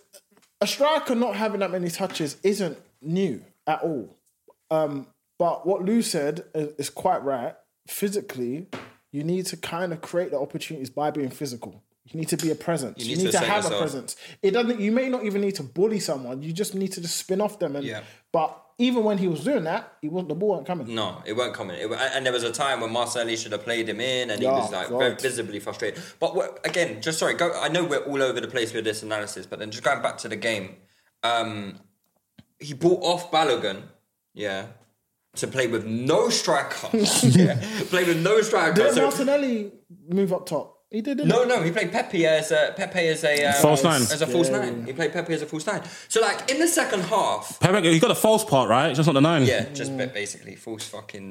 A striker not having that many touches isn't new at all. Um, but what Lou said is, is quite right. Physically, you need to kind of create the opportunities by being physical. You need to be a presence. You
need to
need, to,
assert
have a
yourself.
presence. It doesn't. You may not even need to bully someone. You just need to just spin off them. And
Yeah.
but even when he was doing that, he wasn't. The ball weren't coming.
No, it won't come in. It, and there was a time when Marcelli should have played him in, and he
Oh,
was like very
God.
visibly frustrated. But what, again, just sorry. Go. I know we're all over the place with this analysis, but then just going back to the game, um, he bought off Balogun, yeah, to play with no striker. yeah, play with no striker.
Did
So-
Martinelli move up top? He did. Didn't
no,
he?
no, he played Pepe as a Pepe as a um,
False nine.
As a false nine. He played Pepe as a false nine. So like in the second half,
Pepe, he got a false part, right? Just not the nine.
Yeah, just ba- basically false fucking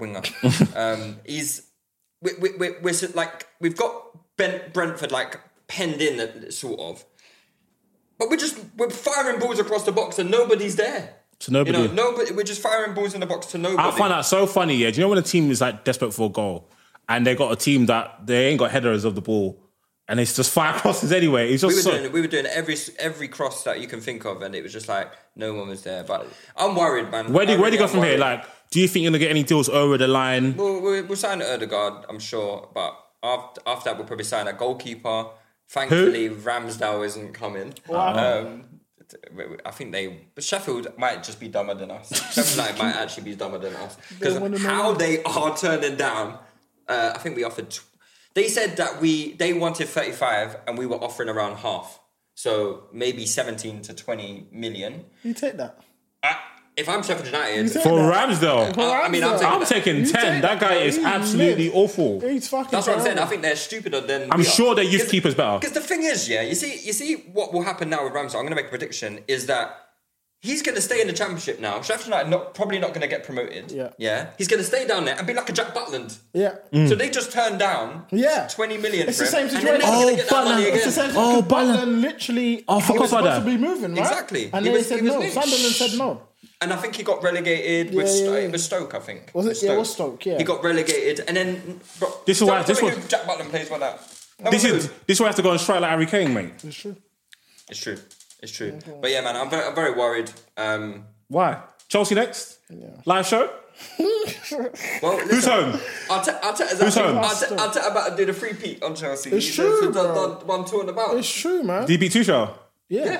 winger. um, he's we, we, we, we're s- like we've got ben, Brentford like penned in uh, sort of, but we're just we're firing balls across the box and nobody's there.
To nobody.
You know, nobody. We're just firing balls in the box to nobody.
I find that so funny. Yeah, do you know when a team is like desperate for a goal, and they got a team that they ain't got headers of the ball, and it's just fire crosses anyway. It's
we
just
were
so.
doing we were doing every every cross that you can think of, and it was just like no one was there. But I'm worried, man.
where do
I
you, where do
really
you go
am
from here?
worried.
Like, do you think you're gonna get any deals over the line?
We'll, we'll, we'll sign Erdegaard, I'm sure, but after, after that, we'll probably sign a goalkeeper. Thankfully, Ramsdale isn't coming. Um, I think they but Sheffield might just be dumber than us. Sheffield United might actually be dumber than us because
wanna know.
how they are turning down. Uh, I think we offered. Tw- they said that we they wanted thirty five and we were offering around half, so maybe seventeen to twenty million.
You take that.
I, If I'm Sheffield United,
said-
For Ramsdale,
I- I mean, I'm taking,
I'm taking 10. That guy is absolutely awful.
He's fucking.
That's what I'm saying. I
terrible.
think they're stupider than.
I'm sure their youth keeper's better.
Because the thing is, yeah, you see, you see what will happen now with Ramsdale. I'm going to make a prediction: is that he's going to stay in the championship now. Sheffield United not probably not going to get promoted.
Yeah.
yeah. He's going to stay down there and be like a Jack Butland.
Yeah.
Mm. Hmm.
So they just turned down
Yeah.
20 million.
It's
for
the
him,
same
and they're
situation.
never gonna get that
Oh, Butland.
money
It's
again.
the same thing.
Oh,
Oh,
Butland.
Butland literally.
Oh, forgot
he was
about
supposed
that.
to be moving, right?
Exactly.
And
He
they
was-
said
he was
no.
linked.
Sunderland said no.
And I think he got relegated with,
Yeah, yeah,
Stoke,
yeah.
with Stoke. I think
Was it-
With
yeah, it was Stoke, yeah.
he got relegated, and then bro,
This is why-
don't-
this
don't
was-
we do Jack Butland plays like that. No
This
one
is
would.
this is where I have to go and strike like Harry Kane, mate.
It's true.
It's true. It's true. But yeah, man, I'm very, I'm very worried. Um,
Why? Chelsea next? Live show?
well,
Who's
listen,
home?
Arteta, Arteta's
Who's
actually-
home?
Arteta, Arteta about to do the free peat on Chelsea.
It's
He's
true,
done- done-
bro.
done One two and about.
It's true, man.
DB Tuchel?
Yeah.
Yeah.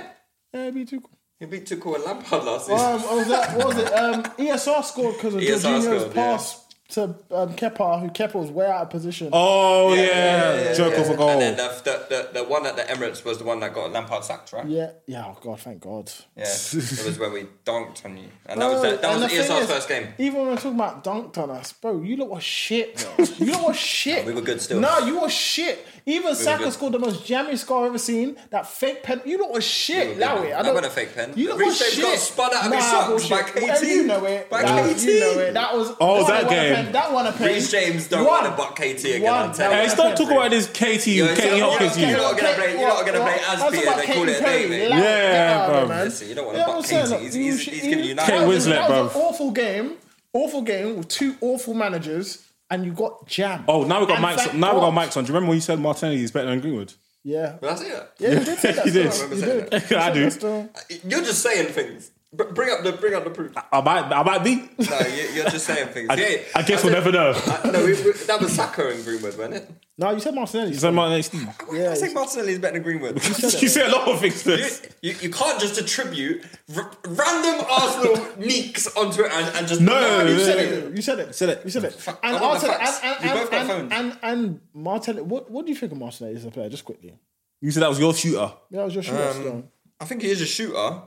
Yeah, it'd be too cool.
He beat Tuchel and Lampard last season.
Um, what was that? What was it? Um, ESR scored because of
ESR E
Jorginho's
scored, yeah.
pass to um, Kepa, who Kepa was way out of position.
Oh, yeah. Joke of a goal.
And then the, the, the, the one at the Emirates was the one that got Lampard sacked, right?
Yeah, yeah. Oh God, thank God.
Yeah, it was where we dunked on you, and that was
Bro,
that, that
and
was
the thing
ESR's
is,
first game.
Even when I'm talking about dunked on us, bro, you lot were shit. Bro. you lot were shit.
we were good still.
No, you were shit. Even Saka
good.
scored the most jammy score I've ever seen. That fake pen. You lot were shit.
were good,
Lowie.
man.
I
That
don't
wasn't a fake pen.
You lot were
Rich James
shit.
got spun out of his
Nah,
socks
bullshit.
by KT.
Well, you know it.
By
Nah,
KT.
You know it. That was.
Oh,
one
that
won a
game.
pen. That one a pen.
Reece James don't want
One.
to buck KT again.
One.
I'll tell you.
Hey,
Hey, stop talking about this KT,
Yo, it's
Katie
not-
Hopkins.
you're
You.
not gonna play- you're not gonna play as
That's
Peter,
about
they call
Kane
it a day,
playing.
mate.
Like,
Yeah,
get out of
bro.
it, man.
Listen, you don't wanna
Yeah,
buck
I'm saying,
Katie.
look,
He's-
you
he's-
should-
he's giving you
that
Kate
was-
Winslet,
that was
bro.
An awful game, awful game with two awful managers, and you got jam.
Oh, now we got
And
Mike's.
thank
Now we got
God.
Mike's on. Do you remember when you said Martinelli is better than Greenwood?
Yeah,
Well, that's it.
yeah, you did. Say that
You did.
I
story.
remember
You
saying
did.
that. I
You
do.
said that story.
You're just saying things. Br- bring up the bring up the proof.
I might, I might be.
No, you, you're just saying things.
I,
yeah,
I guess we'll
said-
never know.
I- no, we, we, that was Saka and Greenwood, wasn't it?
No, you said Martinelli.
So Martinelli, Steve.
Yeah, I think Martinelli's better than Greenwood.
you say a lot of things.
You,
This.
you, you can't just attribute r- random Arsenal neeks onto it and, and just
No,
you
no,
said
no,
it.
You said it. You said it. You said it. And
I want the
Arsenal,
facts.
and
We both
and
got
and and,
phones.
and, and Martinelli. What what do you think of Martinelli as a player? Just quickly.
You said that was your shooter
That was your short
Um,
story.
I think he is a shooter,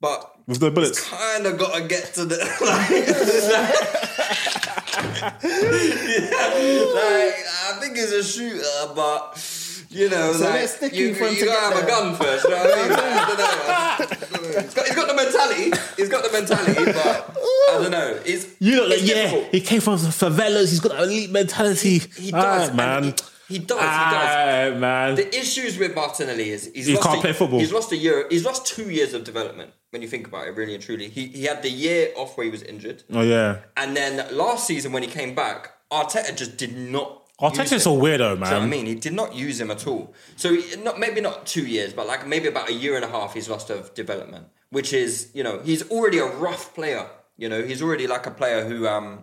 but
with the bullets.
kind of got to get to the like. Yeah, like, I think he's a shooter, but you know,
So
like
let's stick
you,
in front
you gotta have a
together.
gun first. You know what I mean? I don't know. He's got, he's got the mentality. He's got the mentality, but I don't know. It's
You look like
it's
yeah.
difficult.
He came from the favelas. He's got an elite mentality.
He does,
Aight,
and
Ah, man.
He, he does. he does.
Aight, man.
The issues with Martinelli is he's
He
lost
can't
a,
play football.
He's lost a year. He's lost two years of development. When you think about it, really and truly, he he had the year off where he was injured.
oh yeah.
And then last season when he came back, Arteta just did not. use
Arteta's a
him.
weirdo,
Do you know what I
man.
mean? He did not use him at all. So he- not maybe not two years, but like maybe about a year and a half he's lost of development, which is you know he's already a rough player. You know he's already like a player who um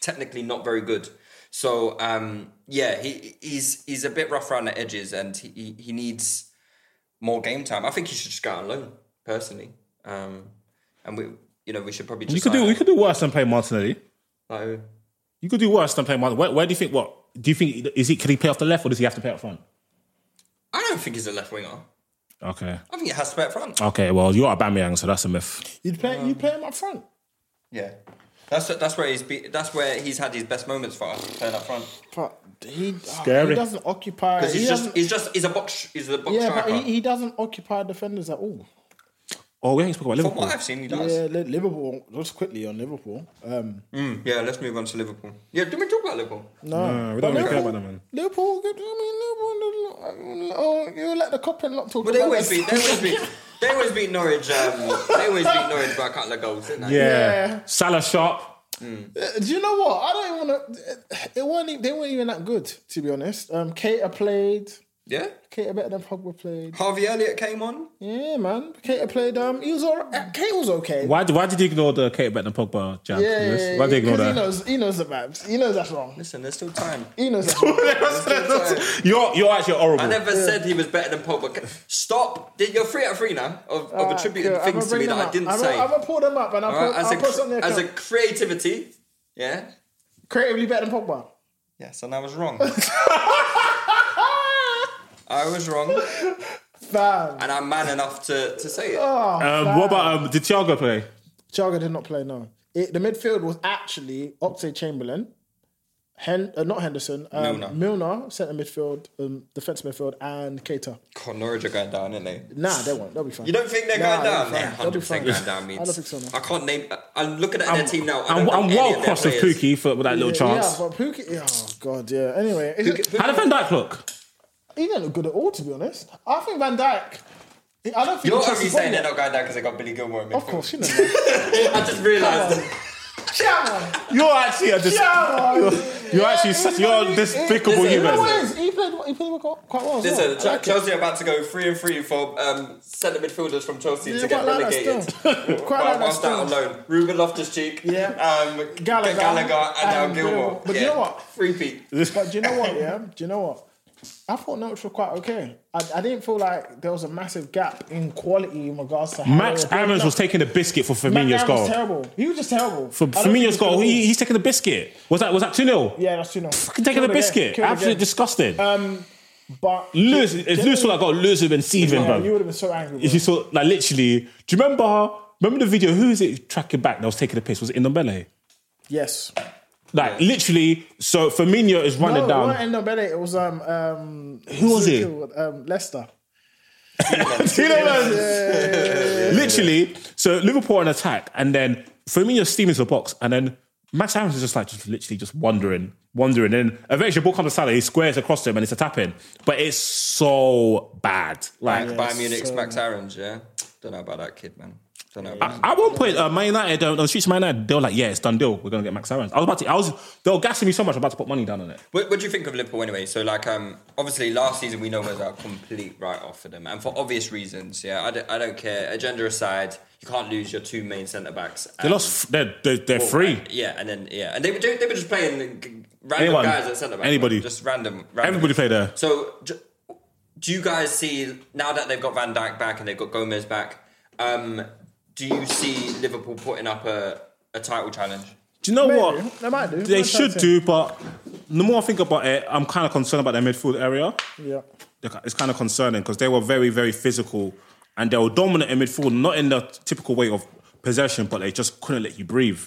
technically not very good. So um yeah, he he's he's a bit rough around the edges, and he he- he needs more game time. I think he should just go out on loan personally. Um, and we you know we should probably just
You could do.
sign
We
him.
could do worse than play Martinelli.
Like,
You could do worse than playing Martinelli. Where, where do you think? What do you think? Is he? Can he play off the left, or does he have to play up front?
I don't think he's a left winger.
Okay.
I think it has to be up front.
Okay. Well, you're a Bamiyang, so that's a myth.
You'd play you play him up front.
Yeah, that's that's where he's be, that's where he's had his best moments for us playing up front
But he, ah,
Scary.
he doesn't occupy.
because
he
he's just
doesn't-
he's just he's a box he's a box
yeah,
striker.
but he, he doesn't occupy defenders at all.
Oh, we ain't spoken about
From
Liverpool.
what I've seen, he does.
Yeah,
Yeah.
Li- Liverpool. Just quickly on Liverpool. Um,
let's move on to Liverpool. Yeah, did we talk about Liverpool?
no,
No, we
but
don't really care
Liverpool-
about them, man.
Liverpool. good- I mean, Liverpool. Oh, you let the cop and lot talk.
But they
about
always
them.
beat they always beat they always beat Norwich. Um, they always beat Norwich by a couple of goals, didn't they?
Yeah.
Yeah.
Salah sharp.
Do you know what? I don't even want to. It weren't. e- They weren't even that good, to be honest. Um, Cater played.
yeah.
Cater better than Pogba played.
Harvey Elliott came on.
Yeah, man. Cater played. Um, he was all right. Cater was okay.
Why, why did you ignore the Kate Beck and Pogba jam?
Yeah, yeah, yeah,
why did you ignore
'cause
that?
He knows. He knows the vibes. He knows that's wrong.
Listen, there's still time.
He knows that's wrong.
you're you're actually horrible.
I never said he was better than Pogba. Stop! You're three out of three now of, of attributing
Yeah, I'ma
things to
bring
me
them
that I
up.
didn't
I'ma-
say.
I'ma pull them up and I'll
All
put,
right, as,
I'll
a,
put something
as a
account.
creativity, yeah,
creatively better than Pogba.
yes, and I was wrong. I was wrong,
Fam.
and I'm man enough to, to say it.
Ah.
um, what about um, did Thiago play?
Chaga did not play. No, it, the midfield was actually Oxlade Chamberlain, Hen, uh, not Henderson, um,
Milner.
Milner, centre midfield, um, defence midfield, and Keita.
God, Norwich are going down, aren't they?
Nah, they won't. They'll be fine.
You don't think they're going
Nah, they'll
down?
be
They're
fine. They'll be
100%
fine.
going down, means.
I don't think so. No.
I can't name. I'm looking at their team now. I
I'm,
don't
I'm
know any
well
of their
crossed of
players.
Pookie for, for that little chance.
Yeah, but Pookie. Oh god, yeah. Anyway, is it-
How did Van Dijk look?
he didn't look good at all, to be honest. I think Van Dijk. I don't think
You're
he's
only
Chelsea's
saying
player.
they're not going down because they got Billy Gilmore in midfield.
Of course, you know. that.
I just realised. that.
Come on.
You're actually a dis-
Yeah, man.
you're, you're
Yeah,
actually
he's
such, you're
not-
a despicable
listen,
You know
human.
what it is? He played. He played quite well. As well.
Listen,
I like it.
Chelsea are about to go three and three for um, centre midfielders from Chelsea
Yeah,
to get
quite like that
relegated.
still. Quite like that
whilst that
still.
alone, Ruben Loftus-Cheek,
Yeah.
um, Gallagher,
Gallagher,
Gallagher and now
and
Gilmore.
Gilmour. But
yeah.
you know what?
Three peat.
But do you know what? Yeah, do you know what? I thought Norwich were quite okay. I, I didn't feel like there was a massive gap in quality in regards to. How
Max
they were playing.
Aarons was taking the biscuit for
Matt
Firmino's
Aaron
goal.
Was terrible. He was just terrible.
For
I don't think
Firmino's
he's
goal,
good at
he,
all.
he's taking the biscuit. Was that was that two 0
yeah, that's you know.
Fucking taking the biscuit. Absolutely disgusting.
Uh, Um, But
Lewis, if Lewis saw that goal, Lewis would have been seething,
yeah,
bro.
you would have been so angry.
If
bro.
you saw, like, literally, do you remember? Remember the video? Who is it tracking back that was taking the piss? Was it Indombele?
Yes.
Like, literally, so Firmino is running
No,
down.
Oh, it wasn't Ndombele, It was um um.
Who was it?
Um, Leicester.
You know what I'm saying? Literally, so Liverpool are on attack, and then Firmino's steaming to the box, and then Max Harris is just like, just literally just wandering, wandering. And eventually, the ball comes to Salah, he squares across to him, and it's a tap in. But it's so bad. Like,
Bayern Munich's Max Aaron's, yeah? Don't know about that kid, man. Don't know about
At one point, uh, Man United, uh, on the streets of Man United, they were like, yeah, it's done deal. We're going to get Max Aaron. I was about to, I was, they were gassing me so much, I was about to put money down on it.
What, what do you think of Liverpool anyway? So, like, um, obviously last season we know was a complete write-off for them, and for obvious reasons. Yeah, I don't, I don't care. Agenda aside, you can't lose your two main centre backs.
They lost, they're, they're, they're free.
Yeah, and then yeah, and they were doing, they were just playing random
Anyone.
guys at centre back.
Anybody.
just random. random.
Everybody played there.
So, do, do you guys see now that they've got Van Dijk back and they've got Gomez back? Um, do you see Liverpool putting up a, a title challenge?
Do you know
Maybe.
what?
They might do.
They
Might try
should
to.
do, but the more I think about it, I'm kind of concerned about their midfield area.
Yeah.
It's kind of concerning because they were very, very physical and they were dominant in midfield, not in the typical way of possession, but they just couldn't let you breathe.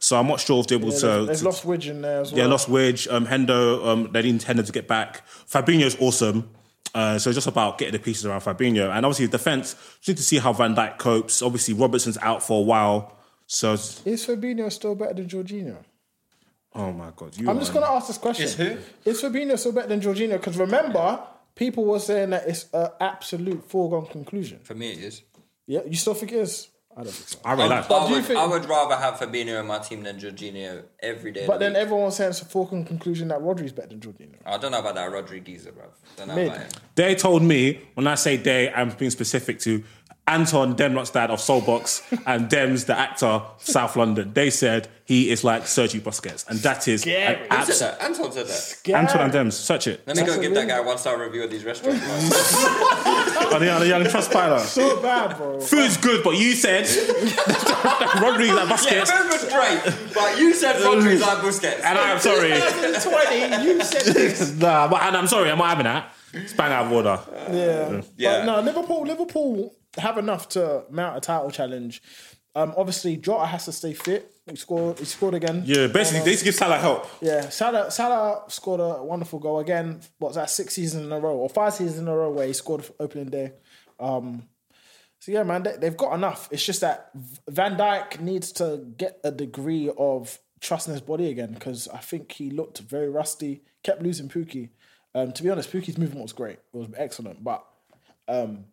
So I'm not sure if they were able
Yeah,
to.
they've, they've
to-
lost Widge in there as well.
yeah, lost Wedge. Um, Hendo, um, they need Hendo to get back. Fabinho's awesome. Uh, so it's just about getting the pieces around Fabinho. And obviously, defence, just need to see how Van Dijk copes. Obviously, Robertson's out for a while. So, it's-
Is Fabinho still better than Jorginho?
oh my God. You
I'm just
are-
going to ask this question.
Is who?
Is Fabinho still better than Jorginho? Because remember, people were saying that it's an absolute foregone conclusion.
For me, it is.
Yeah, you still think it is? I don't think so.
I really like
I,
do you
would,
think-
I would rather have Fabinho in my team than Jorginho every day. of
But
the
then
week.
everyone was saying it's a foregone conclusion that Rodri's better than Jorginho.
I don't know about that Rodriguez, bruv. Don't know
Mid.
about him.
They told me, when I say they, I'm being specific to Anton Demrock's dad of Soulbox and Dems, the actor, South London. They said he is like Sergi Busquets. And that is an
Scary.
Who
abs-
said that? Anton said that.
Anton and Dems, search it.
Let me go
That's
give that
amazing.
guy a one star review of these restaurants.
on the, on the Young Trust Pilot.
So bad, bro.
Food's good, but you said Rodriguez and
yeah,
Busquets.
food was great, but you said Rodriguez like Busquets.
and I'm sorry.
2020, you said this.
nah, but, and I'm sorry, I'm not having that. It's bang out of order.
Yeah.
Yeah.
But no, Liverpool Liverpool have enough to mount a title challenge. Um, obviously Jota has to stay fit. He scored he scored again.
Yeah, basically, they just give Salah help.
Yeah, Salah Salah scored a wonderful goal again. What's that? Six seasons in a row or five seasons in a row where he scored for opening day. Um, so yeah, man, they, they've got enough. It's just that V- Van Dijk needs to get a degree of trust in his body again because I think he looked very rusty. Kept losing Pookie. Um, to be honest, Pookie's movement was great. It was excellent, but um,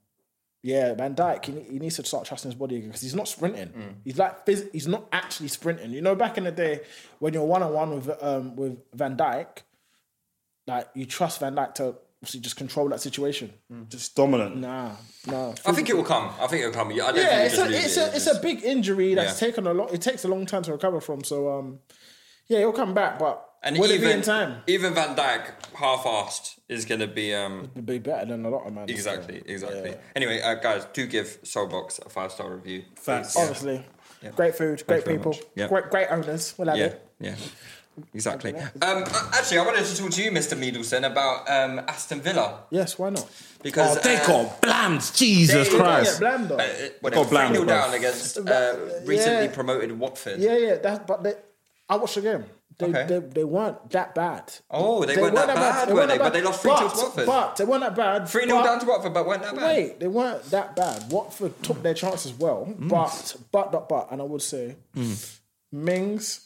yeah, Van Dijk, he, he needs to start trusting his body again because he's not sprinting.
Mm.
He's like phys- he's not actually sprinting. You know, back in the day when you're one on one with um with Van Dijk, like you trust Van Dijk to obviously just control that situation.
Mm.
Just dominant.
Nah, nah.
I think it will come. I think it will come. I don't think
Yeah, it's
you
a
just lose
it's
it.
a it's a big injury that's
Yeah.
taken a lot. It takes a long time to recover from. So um, yeah, he'll come back, but
and
will
even
it be in time?
even Van Dijk half-assed is going to be um,
It'll be better than a lot of man.
exactly exactly. Anyway, uh, guys, do give Soulbox a five-star review.
Facts.
Please.
Honestly, great food, great
very
people,
much. Yeah.
great great owners. We'll have
Yeah,
it.
yeah. Exactly. Um, actually, I wanted to talk to you, Mr. Middleton, about um, Aston Villa
Yes, why not?
because
Oh,
they
uh,
got blammed. Jesus
they-
Christ.
Yeah, Blam though.
uh, what, they
got blammed,
3-0
bro.
down against uh, recently promoted Watford.
Yeah, yeah. That's but they, I watched the game. They,
Okay.
they, they weren't that bad.
Oh, they weren't that bad, were
weren't
they?
that
But they lost 3-2
but,
to Watford.
But they weren't that bad.
3 0
but-
down to Watford, but weren't that bad.
Wait, they weren't that bad. Watford took their chances well,
Mm.
but but but but, and I would say, Mings,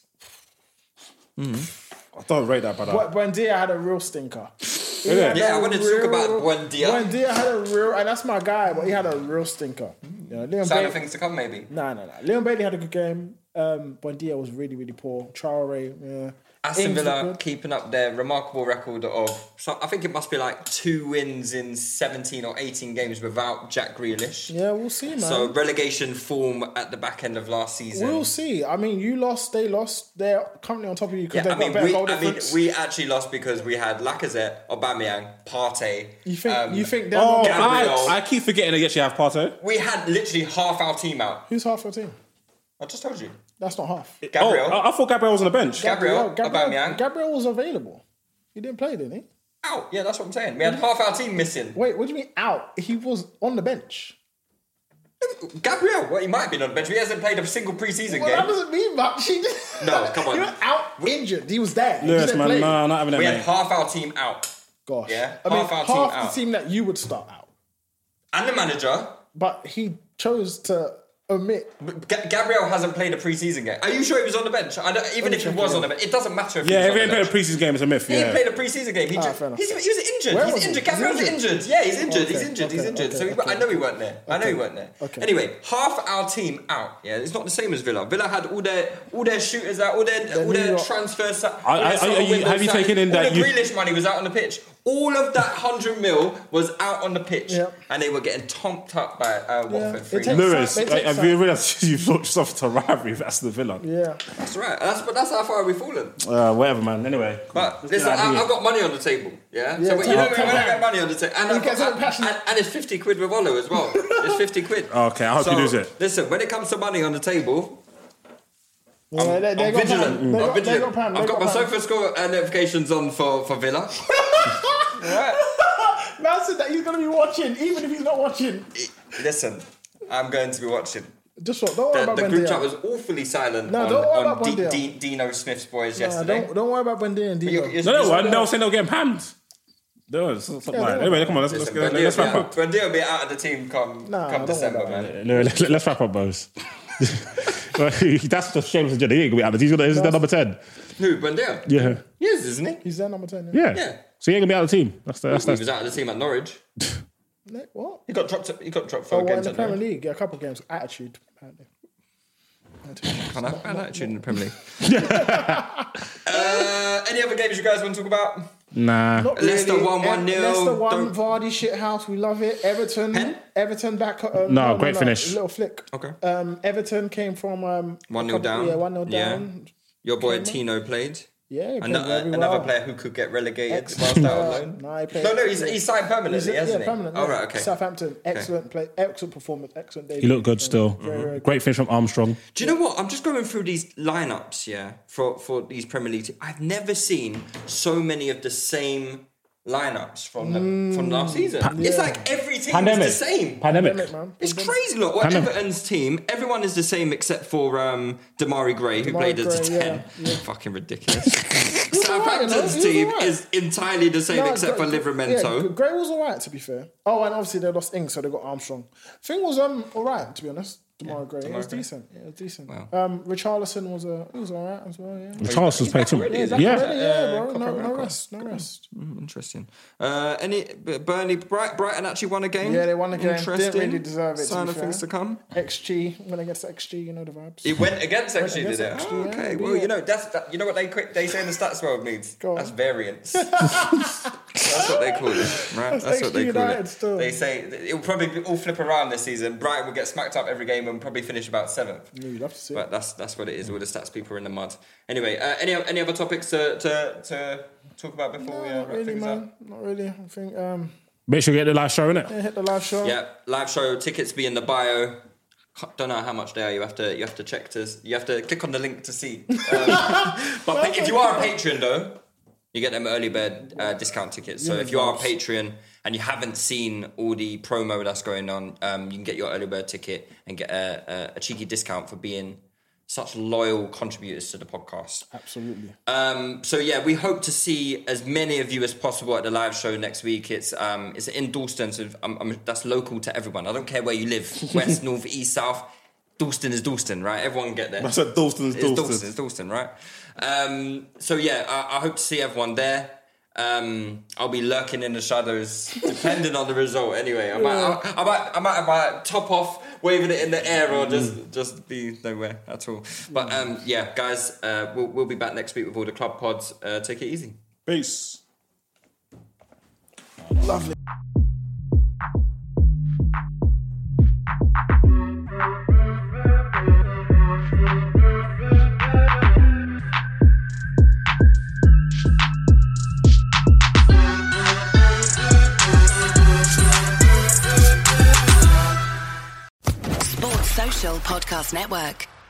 I don't rate that, but
but
I-
Buendia had a real stinker. He
Yeah.
had
Yeah,
a
I wanted to talk about Buendia.
Buendia had a real, and that's my guy, but he had a real stinker. You know, Liam
Sign
Bailey,
of things to come, maybe.
No, no, no. Leon Bailey had a good game. Um, Buendia was really, really poor. Traore, yeah.
Aston
Ings was
Villa
good.
keeping up their remarkable record of, so I think it must be like two wins in 17 or 18 games without Jack Grealish.
Yeah, we'll see, man.
So relegation form at the back end of last season.
we'll see. I mean, you lost, they lost. They're currently on top of you because
Yeah, I
they've got
mean,
better
we,
goal
I mean,
difference.
we actually lost because we had Lacazette, Aubameyang, Partey. um,
you think? you think? They're
Oh,
not-
Gabriel.
I, I keep forgetting that yes, you have Pato. Oh,
We had literally half our team out.
who's half your team?
I just told you.
That's not half.
Oh,
Gabriel.
I, I thought Gabriel was on the bench.
Gabriel, Aubameyang.
Gabriel was available. He didn't play, did he?
out. Yeah, that's what I'm saying. We had half our team missing.
Wait, Mm. what do you mean out? He was on the bench.
Gabriel, well, he might have been on the bench. but He hasn't played a single preseason
Well, that
game.
doesn't mean much. He did.
No, come on.
He was out injured. He was there. He
Yes,
didn't
man.
play.
No, not having that,
We had
mate.
half our team out.
Gosh.
Yeah,
I mean,
half
half,
our team
the
out.
team that you would start out.
And the manager.
But he chose to omit.
But Ga- Gabriel hasn't played a preseason game. Are you sure he was on the bench? I don't, even
me
if he
check
was
it
on the bench, it doesn't matter if
Yeah,
he
if
was
he
on
ain't
the
played a
bench.
preseason game, it's a myth.
He
Yeah.
played a preseason game. He,
Ah,
ju-
fair enough.
he's, he was injured.
Where
he's
was he?
injured.
He's
Gabriel's
injured.
injured. Yeah, he's injured. he's
Okay,
injured. he's
okay,
injured. so
okay,
he, I
okay.
know he weren't there. I know he weren't there.
Okay.
Anyway, half our team out. Yeah, it's not the same as Villa. Villa had all their all their shooters out, all their all
New
their
York-
transfers. out,
I-
all their
I- I-
summer
you-
windows
have you
out.
taken in
all
that
the
you-
Grealish money was out on the pitch? All of that hundred mil was out on the pitch,
Yep.
and they were getting tomped up by uh, Watford.
it
3
takes-
Lewis,
They take
have
some-
you realised you've launched yourself to rivalry with Aston Villa?
Yeah.
That's right. That's but that's how far we've fallen.
Uh, whatever, man. Anyway.
But
Let's
listen,
get out of
I,
here.
I've got money on the table. Yeah.
Yeah,
so you know
come
when
on.
I get money on the table, and,
You
I've
get so
got- and,
passionate.
and, and it's fifty quid with Olo as well. it's fifty quid.
Okay, I hope
so,
Oh, you lose it.
Listen, when it comes to money on the table,
Yeah, they, they
I'm
got
vigilant.
Pam. They
I'm
got, they
vigilant.
got Pam. They
I've got, my
Pam.
sofa score uh, notifications on for for Villa.
Man said that he's going to be watching, even if he's not watching.
listen, I'm going to be watching.
Just what? Don't worry
The,
about
the group chat
Buendia.
was awfully silent
No,
on,
don't worry
on
about
D-
Buendia.
D- Dino Smith's boys
Nah,
yesterday.
don't, don't worry about Buendia and
You-
Diego.
you-
No,
you-
no, I- they were saying they were getting pammed. No, it's not
Yeah,
like.
no.
Anyway, come on, let's, let's,
Listen,
get-
Buendia
let's
will be
wrap up.
out- Buendia will be out of the team come
Nah, don't
come
worry
December,
about
man.
No, let's, let's wrap up, boys. That's the shameless agenda. He ain't gonna be out. He's gonna, he's their number ten.
Who? Buendia?
Yeah,
He is, isn't he?
He's their number 10. Yeah.
yeah.
Yeah.
So he ain't gonna be out of the team. That's the, that's,
He
that's
was out of the team at Norwich.
Like, What?
He got dropped. He got dropped for
Oh,
a
well,
game
in the
at
Premier
Norwich.
League, yeah, a couple games. Attitude, apparently.
Can I have attitude in the Premier League? uh, any other games you guys want to talk about?
nah.
Not
Leicester
really.
won
Em-
1-0.
Leicester
Don't-
one. Vardy shithouse. We love it. Everton.
Pen?
Everton back. Uh,
great finish.
Little flick.
Okay.
Um, Everton came from um, a
1-0
couple-
down.
Yeah, one 0
Yeah.
down.
Your boy Tino played.
Yeah, he played
Ano-
very well.
another player who could get relegated
Ex-
whilst out on
uh,
loan.
no, he played-
no, no, he's, he's signed permanently,
He's-
hasn't he?
permanent.
All
yeah.
right, okay.
Southampton, excellent play, excellent performance, excellent debut.
He looked good still. Mm-hmm.
Mm-hmm.
Great finish from Armstrong.
Do you know what? I'm just going through these lineups, yeah, for, for these Premier League. Te- I've never seen so many of the same lineups from the, from
Mm.
last season. It's like every team
Pandemic.
is the same.
Pandemic.
man.
It's crazy, look. What
Pandemic.
Everton's team, everyone is the same except for um, Damari Gray, who played as a
Gray,
10.
yeah, yeah.
Fucking ridiculous.
alright, you know,
Southampton's
he's
team
alright.
is entirely the same
No,
except
Gray-
for
Yeah,
Livermento.
Gray was alright to be fair. Oh, and obviously they lost Ings, so they got Armstrong. Thing was um alright to be honest. Tomorrow Gray, it was
Gray.
decent. Yeah, it was decent. Um, Richarlison was a, he was alright as well. Yeah.
Charleston's played too.
already, is
Yeah.
that
Yeah,
yeah.
yeah, bro.
Copper
No, no
Record.
rest, no rest.
Mm, Interesting. Uh, any but Burnley Bright, Brighton actually won a game.
Yeah, they won a game. Didn't
Interesting.
really deserve it, to
Sign
be
of
fair.
things to come.
XG when I get to XG, you know the vibes.
It went against actually,
against
did it?
actually,
Oh,
yeah,
okay.
it
well,
did.
you know that's that, you know what they quick they say in the stats world means.
Go on.
That's variance. that's what they call it, right? That's, what they
actually
call
United
it.
still.
They say it will probably be- all flip around this season. Brighton will get smacked up every game and probably finish about seventh.
You'd love to see.
But that's that's what it is. All the stats people are in the mud. Anyway, uh, any any other topics to to, to talk about before we uh,
Not
wrap
really,
things
man.
up?
Not really. I think um,
Make sure you get the last show, innit?
hit the live show.
Yeah, live show tickets be in the bio. can't- Don't know how much they are. You have to you have to check to you have to click on the link to see. Um, but pa- if you are a patron though, you get them early bird uh, discount tickets. So if you are a patron and you haven't seen all the promo that's going on, um, you can get your early bird ticket and get a, a, a cheeky discount for being such loyal contributors to the podcast.
Absolutely.
Um, so yeah, we hope to see as many of you as possible at the live show next week. It's um, it's in Dalston, so um, um, that's local to everyone. I don't care where you live, west, north, east, south. Dalston is Dalston, right? Everyone get there.
That's what Dalston's
It's
Dalston.
Dalston, it's Dalston, right? Um, so yeah, I, I hope to see everyone there. Um, I'll be lurking in the shadows, depending on the result. Anyway, I might, I, I might, I might have my top off, waving it in the air, or just just be nowhere at all. But um, yeah, guys, uh, we'll, we'll be back next week with all the club pods. Uh, take it easy.
Peace.
Sports Social Podcast Network.